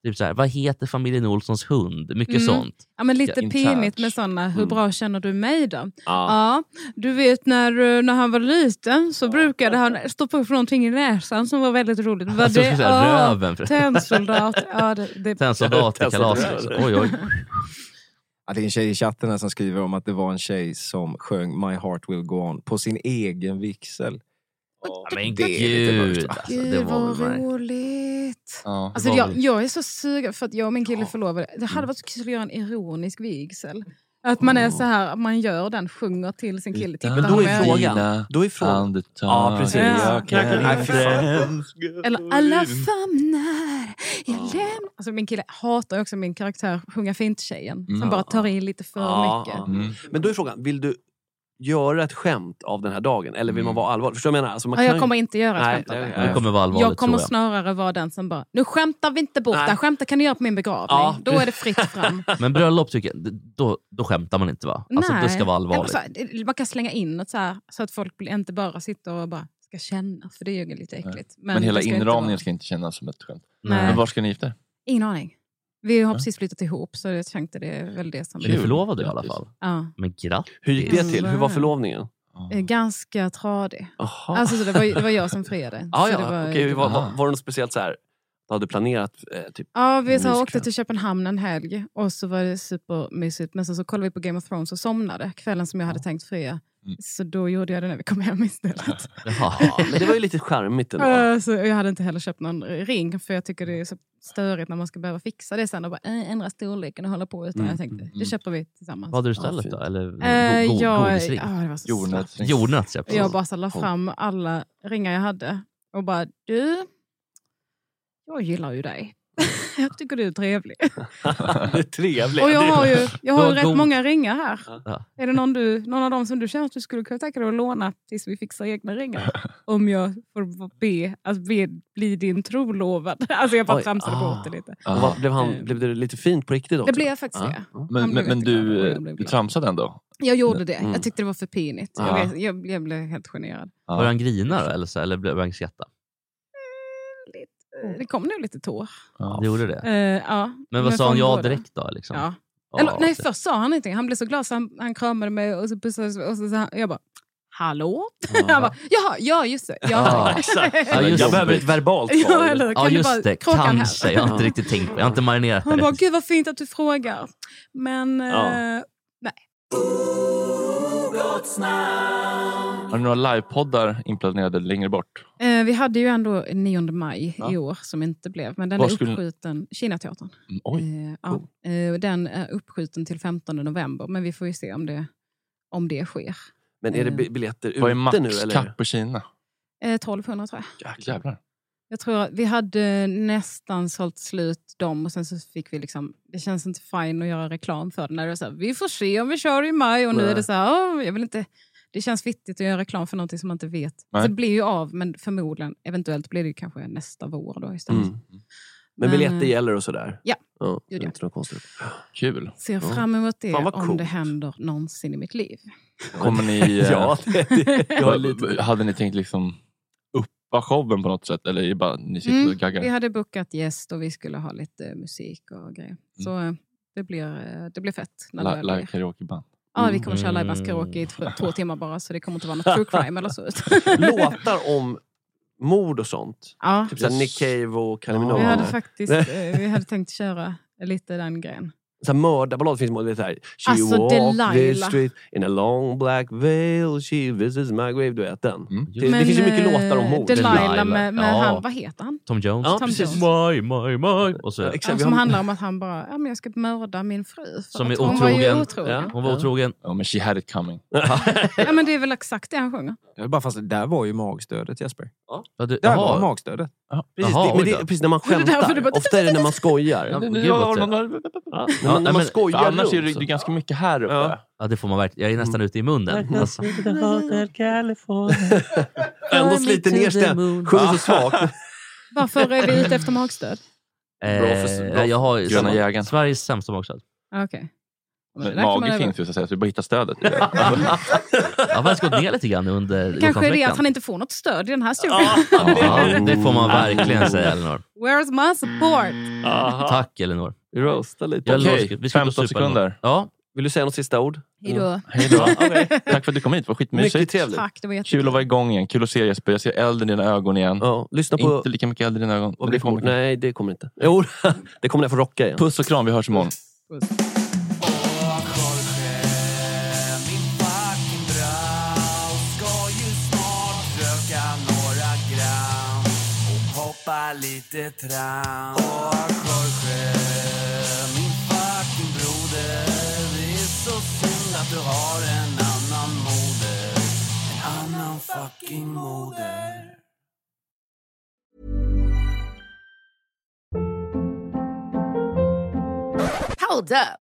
[SPEAKER 5] Typ så här, vad heter familjen Olssons hund? Mycket
[SPEAKER 9] Mm.
[SPEAKER 5] sånt.
[SPEAKER 9] Ja, men lite
[SPEAKER 5] Internt.
[SPEAKER 9] pinigt med såna.
[SPEAKER 4] Mm.
[SPEAKER 9] Hur bra känner du mig då?
[SPEAKER 5] Ja.
[SPEAKER 9] Ja, du vet när, eh, när han var liten så brukade han stoppa upp någonting i näsan som var väldigt roligt. Var
[SPEAKER 5] Jag trodde du skulle säga
[SPEAKER 9] Ja,
[SPEAKER 5] röven.
[SPEAKER 9] Tennsoldat. Ja, det, det...
[SPEAKER 5] Tennsoldat i kalaset.
[SPEAKER 7] Tennsoldat.
[SPEAKER 5] Oj, oj.
[SPEAKER 7] Ja, det är en tjej i chatten här som skriver om att det var en tjej som sjöng My heart will go on på sin egen vigsel.
[SPEAKER 5] Men
[SPEAKER 7] Det är lite mörkt,
[SPEAKER 5] gud.
[SPEAKER 7] va?
[SPEAKER 5] Alltså, det
[SPEAKER 9] Gud
[SPEAKER 5] var
[SPEAKER 9] vad
[SPEAKER 5] väl märkligt.
[SPEAKER 9] roligt.
[SPEAKER 4] Ja.
[SPEAKER 9] Alltså,
[SPEAKER 5] Det var
[SPEAKER 9] jag,
[SPEAKER 5] väl- Mm.
[SPEAKER 9] jag är så sugen för att jag och min kille förlovade. Det hade varit så kul att göra en ironisk vigsel. Att man är så här, att man gör den, sjunger till sin kille.
[SPEAKER 11] Utan
[SPEAKER 9] "Titta,
[SPEAKER 11] Men då är
[SPEAKER 9] han gör
[SPEAKER 11] frågan-
[SPEAKER 9] det."
[SPEAKER 11] då är frågan-
[SPEAKER 5] Andetag.
[SPEAKER 11] Ja, precis.
[SPEAKER 5] Jag kan
[SPEAKER 11] Nej, fy fan.
[SPEAKER 5] inte.
[SPEAKER 9] Eller alla famnar jag lämnar... Alltså min kille hatar ju också min karaktär sjunga fint-tjejen. Som
[SPEAKER 3] Mm.
[SPEAKER 9] bara tar i lite för
[SPEAKER 3] Ja,
[SPEAKER 9] mycket.
[SPEAKER 3] ja.
[SPEAKER 7] Mm.
[SPEAKER 3] Men då är frågan, vill du göra ett skämt av den här dagen? Eller vill man
[SPEAKER 7] Mm.
[SPEAKER 3] vara allvarlig? Förstår du vad jag menar? Alltså, man
[SPEAKER 9] ja,
[SPEAKER 3] kan
[SPEAKER 9] jag
[SPEAKER 3] ju-
[SPEAKER 9] kommer inte göra ett
[SPEAKER 3] Nej,
[SPEAKER 9] skämt av
[SPEAKER 3] nej,
[SPEAKER 9] det.
[SPEAKER 3] nej.
[SPEAKER 9] jag kommer snarare vara den som bara, nu skämtar vi inte bort det här. Skämtet kan ni göra på min begravning.
[SPEAKER 5] Ja,
[SPEAKER 9] Då
[SPEAKER 5] precis.
[SPEAKER 9] är det fritt fram.
[SPEAKER 5] Men bröllop tycker jag, då, då skämtar man inte va? Alltså,
[SPEAKER 9] Nej.
[SPEAKER 5] det ska vara allvarligt.
[SPEAKER 9] Jag bara så här, Man kan slänga in något så här, så att folk blir- inte bara sitter och bara ska känna, för det är ju lite äckligt.
[SPEAKER 11] Men, hela
[SPEAKER 9] det ska inte
[SPEAKER 11] inramningen
[SPEAKER 9] vara-
[SPEAKER 11] ska inte kännas som ett skämt.
[SPEAKER 9] Nej.
[SPEAKER 11] Men var ska ni gifta er?
[SPEAKER 9] Ingen aning. Vi har
[SPEAKER 11] Ja.
[SPEAKER 9] precis flyttat ihop, så jag tänkte det är väl det som...
[SPEAKER 5] Men ni förlovade i alla fall?
[SPEAKER 9] Ja.
[SPEAKER 5] Men grattis.
[SPEAKER 3] Hur gick det till? Hur var förlovningen?
[SPEAKER 9] Eh, Ganska tradig.
[SPEAKER 3] Aha.
[SPEAKER 9] Alltså, så det, var, det var jag som friade.
[SPEAKER 3] Ja,
[SPEAKER 9] Så
[SPEAKER 3] ja.
[SPEAKER 9] det var,
[SPEAKER 3] Var, var, var, var det något speciellt så här? Du hade planerat eh, typ...
[SPEAKER 9] Ja, vi
[SPEAKER 3] musical?
[SPEAKER 9] så åkte till Köpenhamn en helg och så var det supermysigt. Men sen så kollade vi på Game of Thrones och somnade kvällen som jag hade tänkt fria.
[SPEAKER 5] Mm.
[SPEAKER 9] Så då gjorde jag det när vi kom hem istället.
[SPEAKER 3] Ja, men det var ju lite charmigt ändå.
[SPEAKER 9] Eh, så jag hade inte heller köpt någon ring för jag tycker det är så störigt när man ska behöva fixa det sen och bara eh, ändra storleken och hålla på. Utan
[SPEAKER 5] Mm,
[SPEAKER 9] jag tänkte, det köper vi tillsammans.
[SPEAKER 5] Vad hade du istället då? Eller
[SPEAKER 9] Eh,
[SPEAKER 5] go- go-
[SPEAKER 9] jag-
[SPEAKER 5] godisring?
[SPEAKER 9] ja, det var så
[SPEAKER 5] Jordnötsring. Jordnöts, ja, precis.
[SPEAKER 9] Jag bara så la fram alla ringar jag hade och bara, du, jag gillar ju dig.
[SPEAKER 5] Mm.
[SPEAKER 9] jag tycker du är trevlig.
[SPEAKER 3] det är trevligt.
[SPEAKER 9] Och jag har ju, jag har ju rätt
[SPEAKER 3] God-
[SPEAKER 9] många ringar här.
[SPEAKER 3] Ja.
[SPEAKER 9] Är det någon, du, någon av dem som du känner att du skulle kunna tänka dig att låna tills vi fixar egna ringar? Om jag får be att be, bli din trolovad. Alltså jag bara
[SPEAKER 3] Oj,
[SPEAKER 9] tramsade
[SPEAKER 3] ah.
[SPEAKER 9] bort det lite.
[SPEAKER 3] Och vad- blev, han, blev det lite fint på riktigt också?
[SPEAKER 9] blev faktiskt det.
[SPEAKER 3] Ja.
[SPEAKER 9] Men- Han blev men- men du, jätteglad och jag
[SPEAKER 11] Du eh, tramsade ändå?
[SPEAKER 9] Jag gjorde det.
[SPEAKER 5] Mm.
[SPEAKER 9] Jag tyckte det var för pinigt.
[SPEAKER 5] Ja.
[SPEAKER 3] Ah.
[SPEAKER 9] Jag, blev- jag, jag blev helt generad.
[SPEAKER 5] Var han grina då? Eller, så, eller blev han skratta?
[SPEAKER 9] Eh, Det kom nog lite tår.
[SPEAKER 5] Det gjorde det?
[SPEAKER 9] Eh, ja.
[SPEAKER 5] Men vad sa han
[SPEAKER 9] från
[SPEAKER 5] ja
[SPEAKER 9] båda.
[SPEAKER 5] direkt då? Liksom?
[SPEAKER 9] Ja.
[SPEAKER 3] Ah,
[SPEAKER 5] Ja,
[SPEAKER 9] Eller, nej,
[SPEAKER 5] det-
[SPEAKER 9] först sa han ingenting. Han blev så glad så han, han kramade mig och så pussades vi. Och så, så han, jag bara, hallå?
[SPEAKER 3] Ah.
[SPEAKER 9] Han bara, jaha, ja just det. Ja,
[SPEAKER 5] Ja,
[SPEAKER 9] tack."
[SPEAKER 5] Ja, just
[SPEAKER 3] Jag
[SPEAKER 5] det.
[SPEAKER 3] behöver ett verbalt
[SPEAKER 9] Ja,
[SPEAKER 3] svar.
[SPEAKER 9] eller kan
[SPEAKER 5] Ja,
[SPEAKER 9] du
[SPEAKER 5] just
[SPEAKER 9] bara
[SPEAKER 5] det.
[SPEAKER 9] krocka den här?
[SPEAKER 5] Kanske. Jag har inte riktigt tänkt på det. Jag har inte marinerat
[SPEAKER 9] Han
[SPEAKER 5] det.
[SPEAKER 9] bara, gud vad fint att du frågar. Men eh,
[SPEAKER 11] Ja.
[SPEAKER 9] nej.
[SPEAKER 11] Har ni några livepoddar inplanerade längre bort?
[SPEAKER 9] Eh, vi hade ju ändå 9 maj
[SPEAKER 11] Ja.
[SPEAKER 9] i år som inte blev, men den
[SPEAKER 11] Var
[SPEAKER 9] är
[SPEAKER 11] skulle-
[SPEAKER 9] uppskjuten. Kinateatern.
[SPEAKER 11] Mm, Oj.
[SPEAKER 9] Eh, ja. Eh, den är uppskjuten till 15 november, men vi får ju se om det, om det sker.
[SPEAKER 3] Men är det bi- biljetter
[SPEAKER 11] Vad är
[SPEAKER 3] ute nu,
[SPEAKER 11] max
[SPEAKER 3] eller?
[SPEAKER 11] kapp på Kina?
[SPEAKER 9] Eh, 1200 tror jag.
[SPEAKER 11] Jävlar.
[SPEAKER 9] Jag tror att vi hade nästan sålt slut dem och sen så fick vi liksom, det känns inte fine att göra reklam för det. När det är så här, vi får se om vi kör i maj och nu
[SPEAKER 3] Nej.
[SPEAKER 9] är det så här, "Åh, jag vill inte, det känns fittigt att göra reklam för någonting som man inte vet.
[SPEAKER 3] Nej.
[SPEAKER 9] Så det blir ju av, men förmodligen, eventuellt blir det ju kanske nästa vår då istället.
[SPEAKER 3] Mm. Men biljetter
[SPEAKER 9] eh,
[SPEAKER 3] gäller och sådär?
[SPEAKER 9] Ja.
[SPEAKER 3] ja det
[SPEAKER 9] Gjorde
[SPEAKER 3] är inte något konstigt. Kul.
[SPEAKER 9] Ser fram emot det
[SPEAKER 3] Fan, vad
[SPEAKER 9] om
[SPEAKER 3] coolt.
[SPEAKER 9] det händer någonsin i mitt liv.
[SPEAKER 11] Kommer ni... eh,
[SPEAKER 3] Ja, det- det- jag har lite-
[SPEAKER 11] Hade ni tänkt liksom uppa showen på något sätt? Eller är det bara ni sitter och gaggar?
[SPEAKER 9] Mm, Vi hade bokat gäst och vi skulle ha lite musik och grejer. Så eh, det blir, eh, det blir fett. När det
[SPEAKER 11] La-
[SPEAKER 9] väl
[SPEAKER 11] la-
[SPEAKER 9] blir.
[SPEAKER 11] Karaokeband.
[SPEAKER 9] Ja, vi kommer köra live karaoke i två, två timmar bara, så det kommer inte vara något true crime eller så.
[SPEAKER 3] Låtar om mord och sånt?
[SPEAKER 9] Ja.
[SPEAKER 3] Typ såhär Nick Cave och Kylie Minogue?
[SPEAKER 9] Vi hade faktiskt eh, vi hade tänkt köra lite den grejen.
[SPEAKER 3] Så här mördarballad finns det. Så här, she
[SPEAKER 9] Alltså,
[SPEAKER 3] walked this
[SPEAKER 9] Delilah.
[SPEAKER 3] street in a long black veil, she visits my grave. Du vet den.
[SPEAKER 7] Mm.
[SPEAKER 3] Det, det
[SPEAKER 9] Men,
[SPEAKER 3] finns ju mycket
[SPEAKER 9] eh,
[SPEAKER 3] låtar om mord.
[SPEAKER 9] Delilah med, med han, vad heter han?
[SPEAKER 5] Tom Jones.
[SPEAKER 3] Ja,
[SPEAKER 9] Tom
[SPEAKER 3] precis.
[SPEAKER 9] Jones. Alltså,
[SPEAKER 5] My, my, my. Och så,
[SPEAKER 9] Han som handlar om att han bara, ja, men jag ska mörda min fru. För
[SPEAKER 5] Som
[SPEAKER 9] att
[SPEAKER 5] är
[SPEAKER 9] hon var ju
[SPEAKER 5] otrogen.
[SPEAKER 9] otrogen. Ja.
[SPEAKER 5] Hon var otrogen.
[SPEAKER 11] Ja, men she had it coming.
[SPEAKER 9] men det är väl exakt det han sjunger.
[SPEAKER 7] Jag vill bara fast där var ju magstödet Jesper.
[SPEAKER 5] Ja, du,
[SPEAKER 7] Där
[SPEAKER 5] jaha.
[SPEAKER 7] var magstödet.
[SPEAKER 3] Precis, det, men det, precis, när man
[SPEAKER 7] Är det därför
[SPEAKER 3] skämtar.
[SPEAKER 7] du bara-
[SPEAKER 3] Ofta är det när man skojar.
[SPEAKER 5] Ja,
[SPEAKER 3] Ja,
[SPEAKER 5] men
[SPEAKER 3] när
[SPEAKER 5] gud, vad
[SPEAKER 3] man,
[SPEAKER 11] Ja,
[SPEAKER 3] när man
[SPEAKER 5] nej, men-
[SPEAKER 3] skojar
[SPEAKER 5] för annars är
[SPEAKER 3] runt
[SPEAKER 5] det-
[SPEAKER 3] så.
[SPEAKER 5] det är ganska mycket här uppe. Ja, det får man verkligen. Jag är nästan ute i munnen. Alltså.
[SPEAKER 3] Ändå sliter ner stämningen. Sjunger så
[SPEAKER 7] Alltså,
[SPEAKER 3] svagt.
[SPEAKER 9] Varför är vi ute efter magstöd?
[SPEAKER 11] för- bra
[SPEAKER 5] Eh, jag har
[SPEAKER 11] för-
[SPEAKER 5] ju
[SPEAKER 11] Gröna
[SPEAKER 5] samma-
[SPEAKER 11] jägaren.
[SPEAKER 5] Sveriges sämsta magstöd.
[SPEAKER 9] Ah, Okej. Men det
[SPEAKER 11] Men
[SPEAKER 9] där kan man
[SPEAKER 11] Mage
[SPEAKER 9] öva.
[SPEAKER 11] finns ju så att säga, så vi bara hittar stödet.
[SPEAKER 5] Jag har faktiskt gått ner lite grann under
[SPEAKER 9] Kanske är det att
[SPEAKER 5] Gotlandsveckan.
[SPEAKER 9] han inte får något stöd i den här studien.
[SPEAKER 5] Ja, det får man verkligen säga Elinor.
[SPEAKER 9] Where's my support?
[SPEAKER 5] Tack Elinor.
[SPEAKER 3] Vi roastar lite.
[SPEAKER 5] Jag lovar, vi ska gå och supa imorgon. Ja.
[SPEAKER 3] Vill du säga något sista ord?
[SPEAKER 9] Hej då.
[SPEAKER 11] Hej då. Tack för att du kom hit, det var skitmysigt.
[SPEAKER 3] Mycket trevligt.
[SPEAKER 9] Tack, det var jättekul.
[SPEAKER 11] Kul att vara igång igen, kul att se Jesper. Jag ser elden i dina ögon igen.
[SPEAKER 3] lyssna på-
[SPEAKER 11] Inte lika mycket eld i dina ögon. men Det kommer.
[SPEAKER 3] Nej, det kommer inte. Jo, det kommer när jag får rocka igen.
[SPEAKER 11] Puss och kram, vi hörs imorgon.
[SPEAKER 10] Hoppa lite tram Åh, Jorge, min fucking broder Det är så
[SPEAKER 12] att du har en annan moder En annan fucking moder
[SPEAKER 9] Hold up.